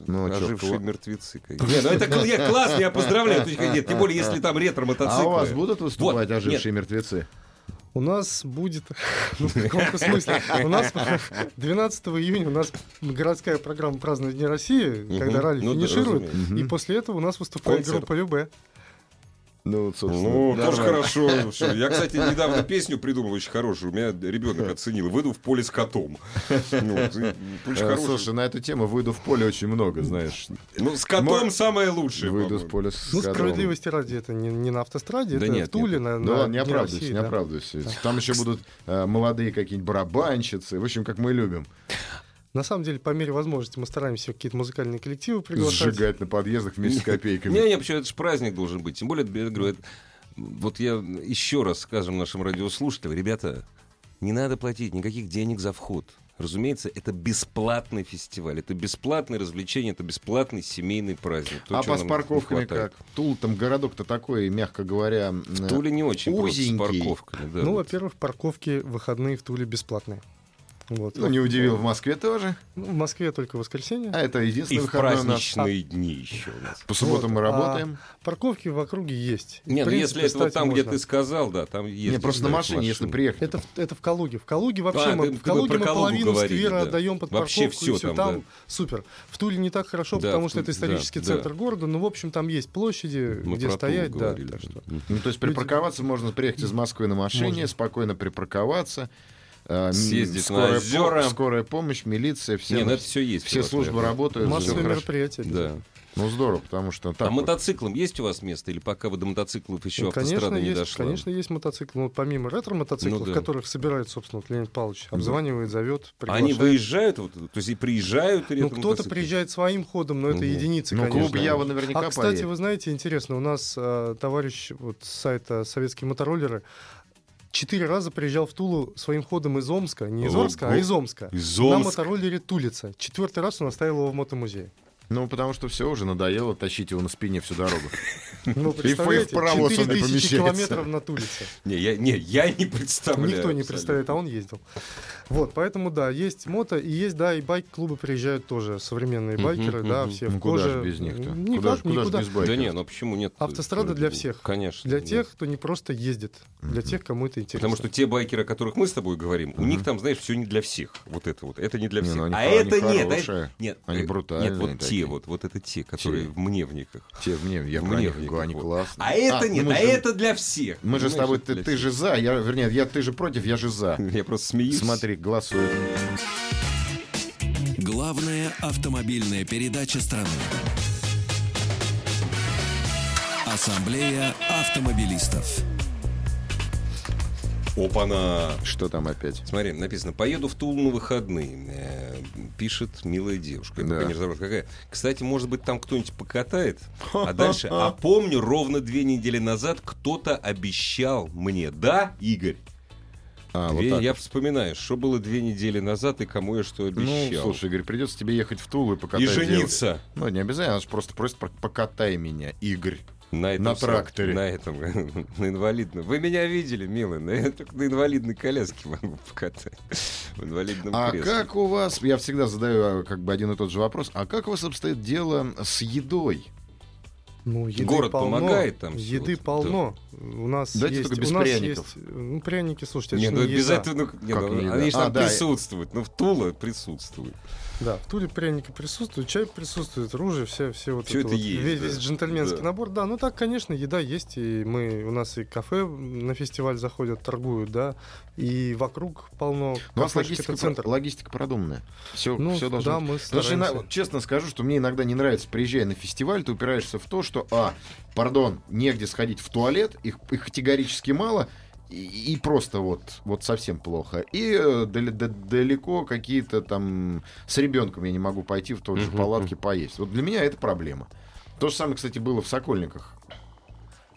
Speaker 2: Ну, а чё,
Speaker 1: ожившие
Speaker 2: кла-
Speaker 1: мертвецы. конечно. Нет, ну это кл- я, классно, я поздравляю. То есть, нет, тем более, если там ретро-мотоциклы.
Speaker 2: А у вас будут выступать
Speaker 1: Вот, нет.
Speaker 2: ожившие мертвецы?
Speaker 3: У нас будет, ну, в каком-то смысле, у нас 12 июня у нас городская программа «Празднование Дня России»,
Speaker 1: Мгм.
Speaker 3: когда ралли
Speaker 1: Ну да,
Speaker 3: финиширует,
Speaker 2: разумеется.
Speaker 3: и
Speaker 2: Мгм.
Speaker 3: после этого у нас выступает
Speaker 1: Концерт.
Speaker 3: группа «Любе».
Speaker 2: Ну, вот, собственно.
Speaker 1: Ну,
Speaker 2: да,
Speaker 1: тоже
Speaker 2: да.
Speaker 1: хорошо. Всё. Я, кстати, недавно песню придумал очень хорошую. У меня ребенок оценил. Выйду в поле с котом. Ну, вот, и-
Speaker 2: Э,
Speaker 1: очень хорошая.
Speaker 2: Слушай, на эту тему выйду в поле очень много, знаешь.
Speaker 1: Ну, с котом
Speaker 2: Мор-
Speaker 1: самое лучшее.
Speaker 2: Выйду в
Speaker 1: по-моему.
Speaker 2: поле с
Speaker 3: Ну,
Speaker 2: котом.
Speaker 3: справедливости ради, это не, не на автостраде,
Speaker 1: Да
Speaker 3: это
Speaker 1: нет,
Speaker 3: в Туле, на,
Speaker 2: Ну
Speaker 3: на
Speaker 2: ладно, не
Speaker 3: Дне
Speaker 2: оправдывайся,
Speaker 3: России,
Speaker 2: не
Speaker 3: да.
Speaker 2: оправдывайся. Там еще будут э, молодые какие-нибудь барабанщицы. В общем, как мы любим.
Speaker 3: На самом деле, по мере возможности мы стараемся какие-то музыкальные коллективы приглашать.
Speaker 2: Сжигать на подъездах вместе с
Speaker 1: Не,
Speaker 2: копейками.
Speaker 1: не, почему это же праздник должен быть. Тем более, я говорю, это- вот я еще раз скажем нашим радиослушателям, ребята, не надо платить никаких денег за вход. Разумеется, это бесплатный фестиваль, это бесплатное развлечение, это бесплатный семейный праздник. То,
Speaker 2: А
Speaker 1: чего
Speaker 2: по с
Speaker 1: нам не
Speaker 2: парковками
Speaker 1: хватает.
Speaker 2: как? Тул, там городок-то такой, мягко говоря...
Speaker 1: В Туле не очень просто с
Speaker 2: Узенький.
Speaker 1: парковками. да.
Speaker 3: ну,
Speaker 1: Вот.
Speaker 3: во-первых, парковки выходные в Туле бесплатные. Вот.
Speaker 2: Ну, не удивил, в Москве тоже.
Speaker 3: Ну, в Москве только воскресенье.
Speaker 2: А это
Speaker 1: И
Speaker 2: единственный
Speaker 1: в
Speaker 2: выходной у нас.
Speaker 3: а.
Speaker 1: праздничные дни еще у нас.
Speaker 2: По субботам мы
Speaker 3: Вот, а
Speaker 2: работаем.
Speaker 3: Парковки в округе есть. И, в
Speaker 1: Нет, ну,
Speaker 3: принципе,
Speaker 1: если это вот
Speaker 3: стать
Speaker 1: там, где
Speaker 3: можно.
Speaker 1: ты сказал, да, там есть.
Speaker 2: Не, просто на машине, если приехать.
Speaker 3: Это, в- это в Калуге. В Калуге вообще
Speaker 1: А,
Speaker 3: мы,
Speaker 1: ты-
Speaker 3: в
Speaker 1: ты бы
Speaker 3: Калуге
Speaker 1: про
Speaker 3: мы
Speaker 1: Калугу
Speaker 3: половину
Speaker 1: говорили,
Speaker 3: сквера
Speaker 1: да.
Speaker 3: отдаем под
Speaker 1: Вообще
Speaker 3: парковку,
Speaker 1: всё
Speaker 3: и все
Speaker 1: там,
Speaker 3: там, супер. В Туле не так хорошо,
Speaker 1: Да,
Speaker 3: потому
Speaker 1: в
Speaker 3: что это
Speaker 1: Туле-
Speaker 3: исторический
Speaker 1: да,
Speaker 3: центр
Speaker 1: да.
Speaker 3: города, но, в общем, там есть площади,
Speaker 1: Мы
Speaker 3: где
Speaker 1: про Тулу
Speaker 3: стоять, да.
Speaker 1: говорили,
Speaker 3: так
Speaker 1: да.
Speaker 3: что.
Speaker 2: Ну, то есть
Speaker 3: Люди-
Speaker 2: припарковаться можно приехать из Москвы на машине,
Speaker 3: Можно.
Speaker 2: спокойно припарковаться. э, м,
Speaker 1: Съездить на
Speaker 2: скорая по-
Speaker 1: озера.
Speaker 2: скорая помощь, милиция, все,
Speaker 1: Не, ну это все есть.
Speaker 2: все
Speaker 1: просто,
Speaker 2: службы
Speaker 1: я-
Speaker 2: работают. всё
Speaker 3: Массовые
Speaker 2: хорошо.
Speaker 3: мероприятия.
Speaker 1: Да.
Speaker 2: Ну здорово, потому что так
Speaker 1: а
Speaker 2: вот.
Speaker 1: мотоциклом есть у вас место? Или пока вы до мотоциклов еще
Speaker 3: Ну,
Speaker 1: автострада не
Speaker 3: есть,
Speaker 1: дошла?
Speaker 3: Конечно, есть мотоциклы. Ну, помимо ретро-мотоциклов,
Speaker 1: Ну да.
Speaker 3: которых собирает, собственно, вот Леонид Павлович, обзванивает, зовет,
Speaker 1: А Они
Speaker 3: приглашает.
Speaker 1: выезжают, вот, то есть и приезжают? или
Speaker 3: Ну,
Speaker 1: это
Speaker 3: кто-то
Speaker 1: мотоцикл?
Speaker 3: приезжает своим ходом, но это
Speaker 1: Ну,
Speaker 3: единицы,
Speaker 2: Ну,
Speaker 3: конечно.
Speaker 2: клуб Ява наверняка
Speaker 3: А, кстати,
Speaker 2: поедет.
Speaker 3: вы знаете, интересно, у нас э, товарищ вот, с сайта «Советские мотороллеры» четыре раза приезжал в Тулу своим ходом из Омска, не из
Speaker 1: Ого.
Speaker 3: Орска, а из Омска.
Speaker 1: Из
Speaker 3: На
Speaker 1: Омска.
Speaker 3: мотороллере Тулица. Четвертый раз он оставил его
Speaker 2: <laughs>
Speaker 3: в мотомузее.
Speaker 2: Ну, потому что все уже надоело тащить его на спине всю
Speaker 3: <laughs>
Speaker 2: дорогу.
Speaker 3: Ну,
Speaker 2: И в- и в
Speaker 3: представляете,
Speaker 2: паровоз он не
Speaker 3: 4000
Speaker 2: помещается.
Speaker 3: километров
Speaker 2: <laughs>
Speaker 3: на Тулице.
Speaker 1: Не, я не, я не представляю.
Speaker 3: Никто не
Speaker 1: абсолютно.
Speaker 3: представляет, а он ездил. Вот, поэтому, да, есть мото, и есть, да, и байк-клубы приезжают тоже, современные
Speaker 1: Мгм,
Speaker 3: байкеры, да,
Speaker 1: мгм.
Speaker 3: все
Speaker 2: Ну,
Speaker 3: в
Speaker 2: куда
Speaker 3: коже.
Speaker 2: же без них-то?
Speaker 3: Никак,
Speaker 2: Куда же куда же
Speaker 3: никуда.
Speaker 2: без
Speaker 1: Да
Speaker 2: байкеров?
Speaker 1: не, ну почему нет?
Speaker 3: Автострада для всех.
Speaker 1: Конечно.
Speaker 3: Для
Speaker 1: нет.
Speaker 3: тех, кто не просто ездит, для тех, кому это интересно.
Speaker 1: Потому что те байкеры, о которых мы с тобой говорим, у них там, знаешь, все не для всех. Вот это вот. Это не для
Speaker 2: Не,
Speaker 1: всех.
Speaker 2: ну они
Speaker 1: а
Speaker 2: хо- они
Speaker 1: это нет.
Speaker 2: хорошие,
Speaker 1: а- Нет,
Speaker 2: они
Speaker 1: э,
Speaker 2: брутальные
Speaker 1: Нет, вот те
Speaker 2: такие.
Speaker 1: вот. Вот это те, которые
Speaker 2: Те.
Speaker 1: в мневниках.
Speaker 2: Те, мне, я
Speaker 1: В
Speaker 2: про них
Speaker 1: мневниках,
Speaker 2: говорю, они
Speaker 1: вот.
Speaker 2: классные.
Speaker 1: А это
Speaker 2: ну
Speaker 1: нет,
Speaker 2: мы
Speaker 1: а
Speaker 2: же-
Speaker 1: это для всех.
Speaker 2: Мы же с тобой,
Speaker 1: Понимаешь,
Speaker 2: ты,
Speaker 1: для
Speaker 2: ты же
Speaker 1: всех.
Speaker 2: за, я, вернее, я, ты же против, я же за.
Speaker 1: <laughs> Я просто смеюсь.
Speaker 2: Смотри, голосуют.
Speaker 4: Главная автомобильная передача страны. Ассамблея автомобилистов.
Speaker 1: Опа-на!
Speaker 2: Что там опять?
Speaker 1: Смотри, написано, поеду в Тулу на выходные, э, пишет милая девушка. Я
Speaker 2: Да.
Speaker 1: пока не разобрался, какая. Кстати, может быть, там кто-нибудь покатает, а дальше...
Speaker 3: <laughs>
Speaker 1: А помню, ровно две недели назад кто-то обещал мне, да, Игорь?
Speaker 2: А,
Speaker 1: Две-
Speaker 2: так.
Speaker 1: я вспоминаю, что было две недели назад и кому я что
Speaker 2: Ну,
Speaker 1: обещал.
Speaker 2: слушай, Игорь, придется тебе ехать в Тулу и покатать
Speaker 1: и
Speaker 2: девушку.
Speaker 1: жениться
Speaker 2: Ну, не обязательно, она же просто просит, про- покатай меня, Игорь.
Speaker 1: на этом...
Speaker 2: На
Speaker 1: сам-
Speaker 2: тракторе.
Speaker 1: На этом, <laughs> на инвалидном. Вы меня видели, милая, но я только на инвалидной коляске <laughs> могу покатать. В инвалидном
Speaker 2: А
Speaker 1: кресле.
Speaker 2: как у вас, я всегда задаю а, как бы один и тот же вопрос, а как у вас обстоит дело с едой?
Speaker 3: Ну, еды
Speaker 1: Город
Speaker 3: полно,
Speaker 1: помогает там всё
Speaker 3: Еды
Speaker 1: вот,
Speaker 3: полно. У нас
Speaker 2: Давайте
Speaker 3: есть,
Speaker 2: только без
Speaker 3: у нас
Speaker 2: пряников.
Speaker 3: есть, ну, пряники, слушайте, это
Speaker 1: Не,
Speaker 3: ж
Speaker 1: ну
Speaker 3: не еда.
Speaker 1: обязательно, ну, не,
Speaker 2: Как
Speaker 1: ну,
Speaker 2: не еда?
Speaker 1: они же
Speaker 2: А,
Speaker 1: там
Speaker 2: да, и-
Speaker 1: присутствуют. Ну, в Тула присутствует.
Speaker 3: Да, в Туле пряники присутствуют, чай присутствует, ружье, все, все вот
Speaker 1: Всё это
Speaker 3: вот,
Speaker 1: есть,
Speaker 3: весь,
Speaker 1: да.
Speaker 3: весь джентльменский
Speaker 1: Да.
Speaker 3: набор. Да, ну так, конечно, еда есть, и мы, у нас и кафе на фестиваль заходят, торгуют, да, и вокруг полно.
Speaker 1: Ну, а
Speaker 2: У вас
Speaker 3: кафешек,
Speaker 2: логистика,
Speaker 3: это центр.
Speaker 2: про- логистика продуманная. Все,
Speaker 3: Ну,
Speaker 2: все должно
Speaker 3: да,
Speaker 2: Потому
Speaker 3: мы
Speaker 2: что, ина-
Speaker 3: стараемся.
Speaker 2: вот честно скажу, что мне иногда не нравится, приезжая на фестиваль, ты упираешься в то, что, а, пардон, негде сходить в туалет, их, их категорически мало, и, и просто вот, вот совсем плохо. И э, дал- да- далеко какие-то там... С ребенком я не могу пойти в той же
Speaker 1: Мгм,
Speaker 2: палатке поесть. Вот для меня это проблема. То же самое, кстати, было в Сокольниках.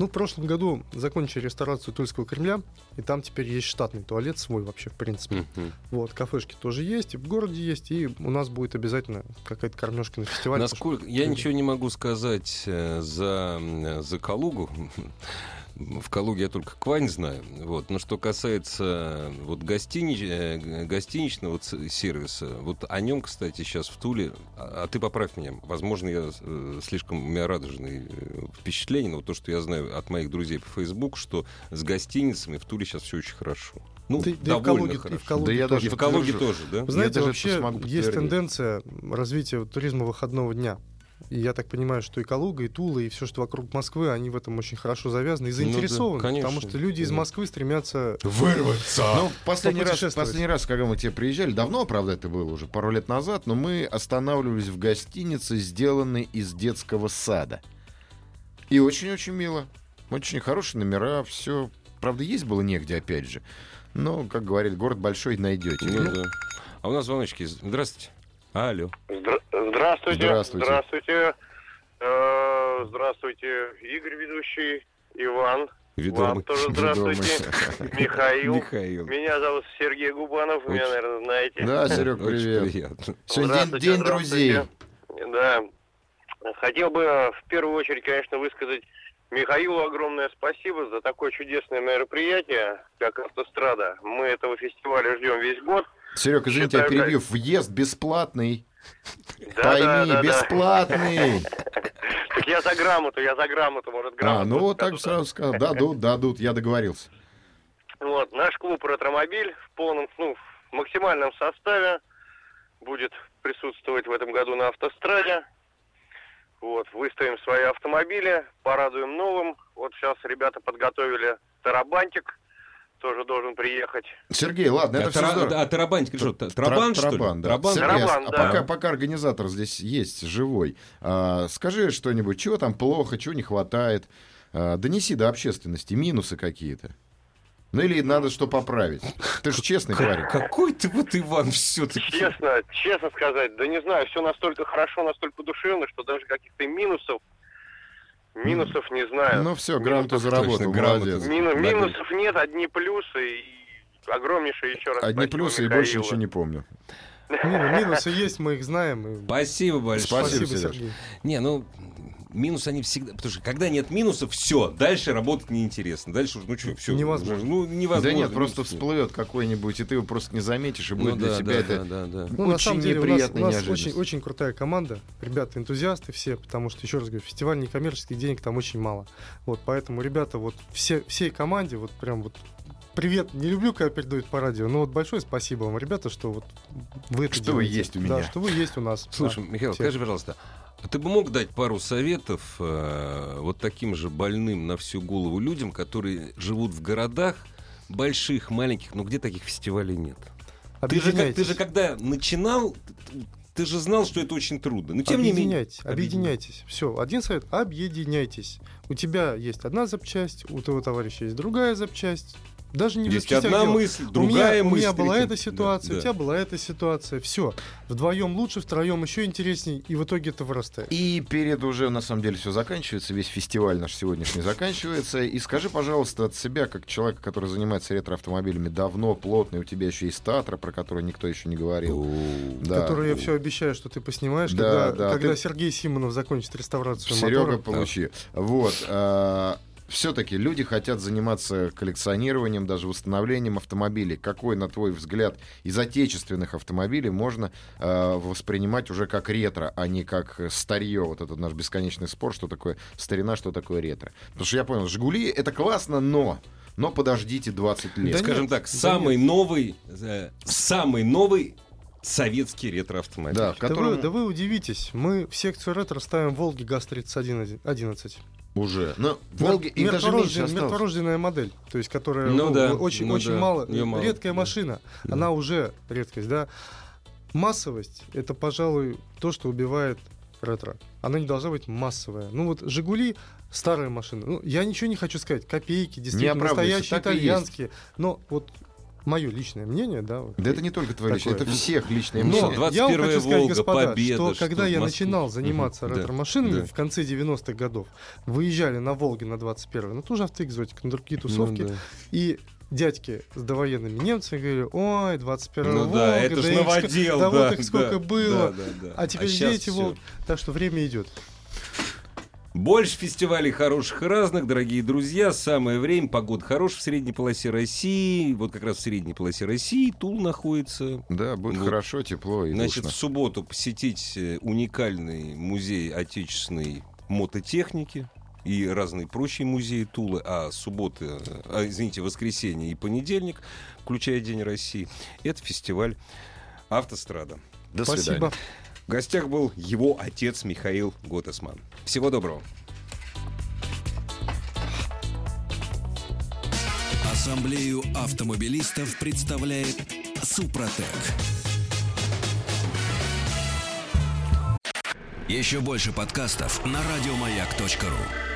Speaker 3: Ну, в прошлом году закончили реставрацию Тульского Кремля, и там теперь есть штатный туалет свой вообще, в принципе. Вот, кафешки тоже есть, и в городе есть, и у нас будет обязательно какая-то кормежка на фестивале. потому что
Speaker 1: Насколько я
Speaker 3: люди-
Speaker 1: ничего не могу сказать э, за м, за Калугу. В Калуге я только Квань знаю. Вот. Но что касается э, вот гостинич- э, г- гостиничного ц- сервиса, вот о нем, кстати, сейчас в Туле. А, а ты поправь меня. Возможно, я э, слишком у меня радужные э, впечатления, но то, что я знаю от моих друзей по Facebook, что с гостиницами в Туле сейчас все очень хорошо. Ну,
Speaker 3: Да и- да и в
Speaker 1: довольно
Speaker 3: Калуге- и в
Speaker 1: хорошо.
Speaker 3: Калуге
Speaker 2: Да я
Speaker 1: И
Speaker 2: даже
Speaker 1: в Калуге
Speaker 2: подтвержу.
Speaker 1: тоже, да?
Speaker 3: Вы знаете,
Speaker 2: даже это
Speaker 3: вообще
Speaker 2: смогу
Speaker 3: есть
Speaker 2: подтвердить.
Speaker 3: тенденция развития вот туризма выходного дня. И я так понимаю, что и Калуга, и Тула, и все, что вокруг Москвы, они в этом очень хорошо завязаны и
Speaker 1: Ну да,
Speaker 3: заинтересованы. потому
Speaker 1: конечно.
Speaker 3: что люди из
Speaker 1: Да.
Speaker 3: Москвы стремятся...
Speaker 2: Ну, в последний раз,
Speaker 3: попутешествовать.
Speaker 2: последний раз, когда мы к тебе приезжали, давно, правда, это было уже, пару лет назад, но мы останавливались в гостинице, сделанной из детского сада. И очень-очень мило. Очень хорошие номера, все. Правда, есть было негде, опять же. Но, как говорит, город большой, найдете.
Speaker 1: Ну да. А у нас звоночки. есть. Здравствуйте. Алло.
Speaker 5: Здра- Здравствуйте.
Speaker 2: Здравствуйте.
Speaker 5: Здравствуйте. Э, Здравствуйте, Игорь ведущий, Иван. Вам
Speaker 1: Ведомый. <laughs>
Speaker 5: тоже здравствуйте.
Speaker 2: <laughs>
Speaker 5: Михаил.
Speaker 1: Михаил.
Speaker 5: Меня зовут Сергей Губанов, вы меня,
Speaker 1: Очень-
Speaker 5: наверное, знаете.
Speaker 2: Да, Серег,
Speaker 1: Очень
Speaker 2: А, привет.
Speaker 1: приятно.
Speaker 2: Сегодня день,
Speaker 5: Здравствуйте,
Speaker 2: день друзей.
Speaker 5: здравствуйте. Да. Хотел бы э, в первую очередь, конечно, высказать Михаилу огромное спасибо за такое чудесное мероприятие, как «Автострада». Мы этого фестиваля ждем весь год.
Speaker 2: Серег, извините, я
Speaker 5: Считаю,
Speaker 2: перебью. Въезд бесплатный.
Speaker 5: Да, да,
Speaker 2: Пойми,
Speaker 5: да, да.
Speaker 2: бесплатный.
Speaker 5: Так я за грамоту, я за грамоту, может, грамоту.
Speaker 2: А, ну вот так
Speaker 5: скажу,
Speaker 2: сразу сказал. Дадут, дадут, я договорился.
Speaker 5: Вот, наш клуб «Ретромобиль» в полном, ну, в максимальном составе будет присутствовать в этом году на автостраде. Вот, выставим свои автомобили, порадуем новым. Вот сейчас ребята подготовили тарабантик, тоже должен приехать.
Speaker 2: Сергей, ладно, Ну, это
Speaker 1: А
Speaker 2: все
Speaker 1: тара-
Speaker 2: здорово.
Speaker 1: А тарабан, что? та- Тарабан, что ли?
Speaker 2: Трабан, да.
Speaker 1: Тарабан?
Speaker 2: Сергей,
Speaker 5: Тарабан,
Speaker 2: а
Speaker 5: да.
Speaker 2: пока, пока организатор здесь есть, живой, а, скажи что-нибудь, чего там плохо, чего не хватает, а, донеси до общественности минусы какие-то. Ну или надо что поправить. Ты же честный парень.
Speaker 1: Какой ты вот Иван все-таки.
Speaker 5: Честно, честно сказать, да не знаю, все настолько хорошо, настолько душевно, что даже каких-то минусов, минусов не знаю.
Speaker 2: Ну все, грамоту заработал,
Speaker 1: точно, грамоту.
Speaker 2: молодец.
Speaker 5: Мину-
Speaker 1: Да,
Speaker 5: минусов нет, одни плюсы и огромнейшее еще раз.
Speaker 2: Одни
Speaker 5: спасибо
Speaker 2: плюсы и больше
Speaker 5: Михаилу.
Speaker 2: ничего не помню.
Speaker 3: Не, ну, минусы есть, мы их знаем. и
Speaker 1: Спасибо большое.
Speaker 2: Спасибо, Сереж.
Speaker 3: Сергей.
Speaker 1: Не, ну, минусы они всегда... Потому что когда нет минусов, все, дальше работать неинтересно. Дальше, уже, ну что, все.
Speaker 3: Невозможно.
Speaker 1: Ну, невозможно.
Speaker 2: да нет, просто
Speaker 1: всплыл.
Speaker 2: всплывет какой-нибудь, и ты его просто не заметишь, и будет для тебя
Speaker 1: Ну
Speaker 2: это
Speaker 1: да, да, да.
Speaker 3: Ну, на
Speaker 2: очень
Speaker 3: самом деле, у нас, у
Speaker 2: неприятная
Speaker 3: нас
Speaker 2: неожиданность.
Speaker 3: очень, очень крутая команда. Ребята энтузиасты все, потому что, еще раз говорю, фестиваль некоммерческих денег там очень мало. Вот, поэтому, ребята, вот все, всей команде, вот прям вот Привет, не люблю, когда передают по радио, но вот большое спасибо вам, ребята, что вот вы это
Speaker 2: Что вы
Speaker 3: делаете.
Speaker 2: есть у
Speaker 3: Да,
Speaker 2: меня.
Speaker 3: что вы есть у нас.
Speaker 1: Слушай, Михаил,
Speaker 3: всех.
Speaker 1: скажи, пожалуйста, а ты бы мог дать пару советов э, вот таким же больным на всю голову людям, которые живут в городах, больших, маленьких, но где таких фестивалей нет?
Speaker 3: Да.
Speaker 1: Ты же, как- ты
Speaker 3: Объединяйтесь.
Speaker 1: же когда начинал, ты- ты же знал, что это очень трудно. Но тем не менее...
Speaker 3: объединяйтесь, объединяйтесь. Все, один совет, объединяйтесь. У тебя есть одна запчасть, у твоего товарища есть другая запчасть. Даже не в
Speaker 1: Есть
Speaker 3: запчастях
Speaker 1: одна
Speaker 3: дело.
Speaker 1: мысль, другая
Speaker 3: у меня,
Speaker 1: мысль.
Speaker 3: У меня была
Speaker 1: третья.
Speaker 3: эта ситуация,
Speaker 1: Да,
Speaker 3: у тебя была эта ситуация. Все. Вдвоем лучше, втроем еще интересней, и в итоге это вырастает.
Speaker 2: И перед уже, на самом деле, все заканчивается, весь фестиваль наш сегодняшний заканчивается. И скажи, пожалуйста, от себя, как человека, который занимается ретроавтомобилями давно, плотно, и у тебя еще есть Татра, про которую никто еще не говорил.
Speaker 1: да.
Speaker 2: Да.
Speaker 3: Ну, Которую я все обещаю, что ты поснимаешь,
Speaker 2: Да,
Speaker 3: когда,
Speaker 2: да,
Speaker 3: когда
Speaker 2: ты-
Speaker 3: Сергей Симонов закончит реставрацию
Speaker 2: Серега,
Speaker 3: мотора.
Speaker 2: получи. Вот. а, все-таки люди хотят заниматься коллекционированием, даже восстановлением автомобилей. Какой, на твой взгляд, из отечественных автомобилей можно э, воспринимать уже как ретро, а не как старье? Вот этот наш бесконечный спор, что такое старина, что такое ретро. Потому что я понял, «Жигули» — это классно, но... Но подождите 20 лет.
Speaker 3: Да
Speaker 1: Скажем
Speaker 3: нет,
Speaker 1: так,
Speaker 3: да
Speaker 1: самый новый, э, самый новый советский ретроавтомобиль.
Speaker 2: Да,
Speaker 3: Да
Speaker 2: которому
Speaker 3: вы, да вы удивитесь, мы в секцию ретро ставим Волги ГАЗ-3111.
Speaker 2: уже. Но Волги и
Speaker 3: Мер-
Speaker 2: даже меньше
Speaker 3: мертворожден-
Speaker 2: осталось.
Speaker 3: мертворожденная модель, то есть которая
Speaker 1: Ну да,
Speaker 3: очень,
Speaker 1: ну
Speaker 3: очень
Speaker 1: да,
Speaker 3: мало,
Speaker 1: её мало,
Speaker 3: редкая
Speaker 1: да.
Speaker 3: машина,
Speaker 1: Да.
Speaker 3: она уже редкость, да. Массовость — это, пожалуй, то, что убивает ретро. Она не должна быть массовая. Ну вот «Жигули» — старая машина. Ну, я ничего не хочу сказать. Копейки, действительно,
Speaker 2: оправдывайся,
Speaker 3: настоящие,
Speaker 2: так и есть.
Speaker 3: итальянские. Но вот мое личное мнение, да, вот,
Speaker 2: Да это не только твое личное, это
Speaker 3: Такое.
Speaker 2: всех личное
Speaker 1: Ну,
Speaker 2: мнение.
Speaker 1: да. 21-я
Speaker 3: я вам хочу сказать,
Speaker 1: «Волга»,
Speaker 3: господа,
Speaker 1: «Победа»,
Speaker 3: что
Speaker 1: что
Speaker 3: когда
Speaker 1: в
Speaker 3: я
Speaker 1: Москве.
Speaker 3: начинал заниматься
Speaker 1: Мгм, да,
Speaker 3: ретро-машинами
Speaker 1: да.
Speaker 3: в конце 90-х годов, выезжали на «Волге» на 21-й, на ту же автоэкзотику, на другие тусовки,
Speaker 1: Ну да.
Speaker 3: и дядьки с довоенными немцами говорили, ой, 21-й
Speaker 1: Ну
Speaker 3: «Волга»,
Speaker 1: да, это
Speaker 3: да
Speaker 1: же
Speaker 3: их ск-
Speaker 1: новодел.
Speaker 3: да,
Speaker 1: да,
Speaker 3: вот их сколько
Speaker 1: да,
Speaker 3: было.
Speaker 1: да, да, да.
Speaker 3: А теперь
Speaker 1: щас
Speaker 3: дети
Speaker 1: всё.
Speaker 3: «Волг», так что время идет.
Speaker 1: Больше фестивалей хороших и разных, дорогие друзья. Самое время. Погода хорошая в средней полосе России. Вот как раз в средней полосе России Тул находится.
Speaker 2: Да, будет
Speaker 1: Вот.
Speaker 2: хорошо, тепло и
Speaker 1: Значит,
Speaker 2: душно.
Speaker 1: в субботу посетить э, уникальный музей отечественной мототехники и разные прочие музеи Тулы, а суббота, э, а, извините, воскресенье и понедельник, включая День России, это фестиваль «Автострада».
Speaker 2: До свидания.
Speaker 3: Спасибо.
Speaker 1: В гостях был его отец Михаил Готесман. Всего доброго.
Speaker 4: Ассамблею автомобилистов представляет Супротек. Еще больше подкастов на радиомаяк.ру.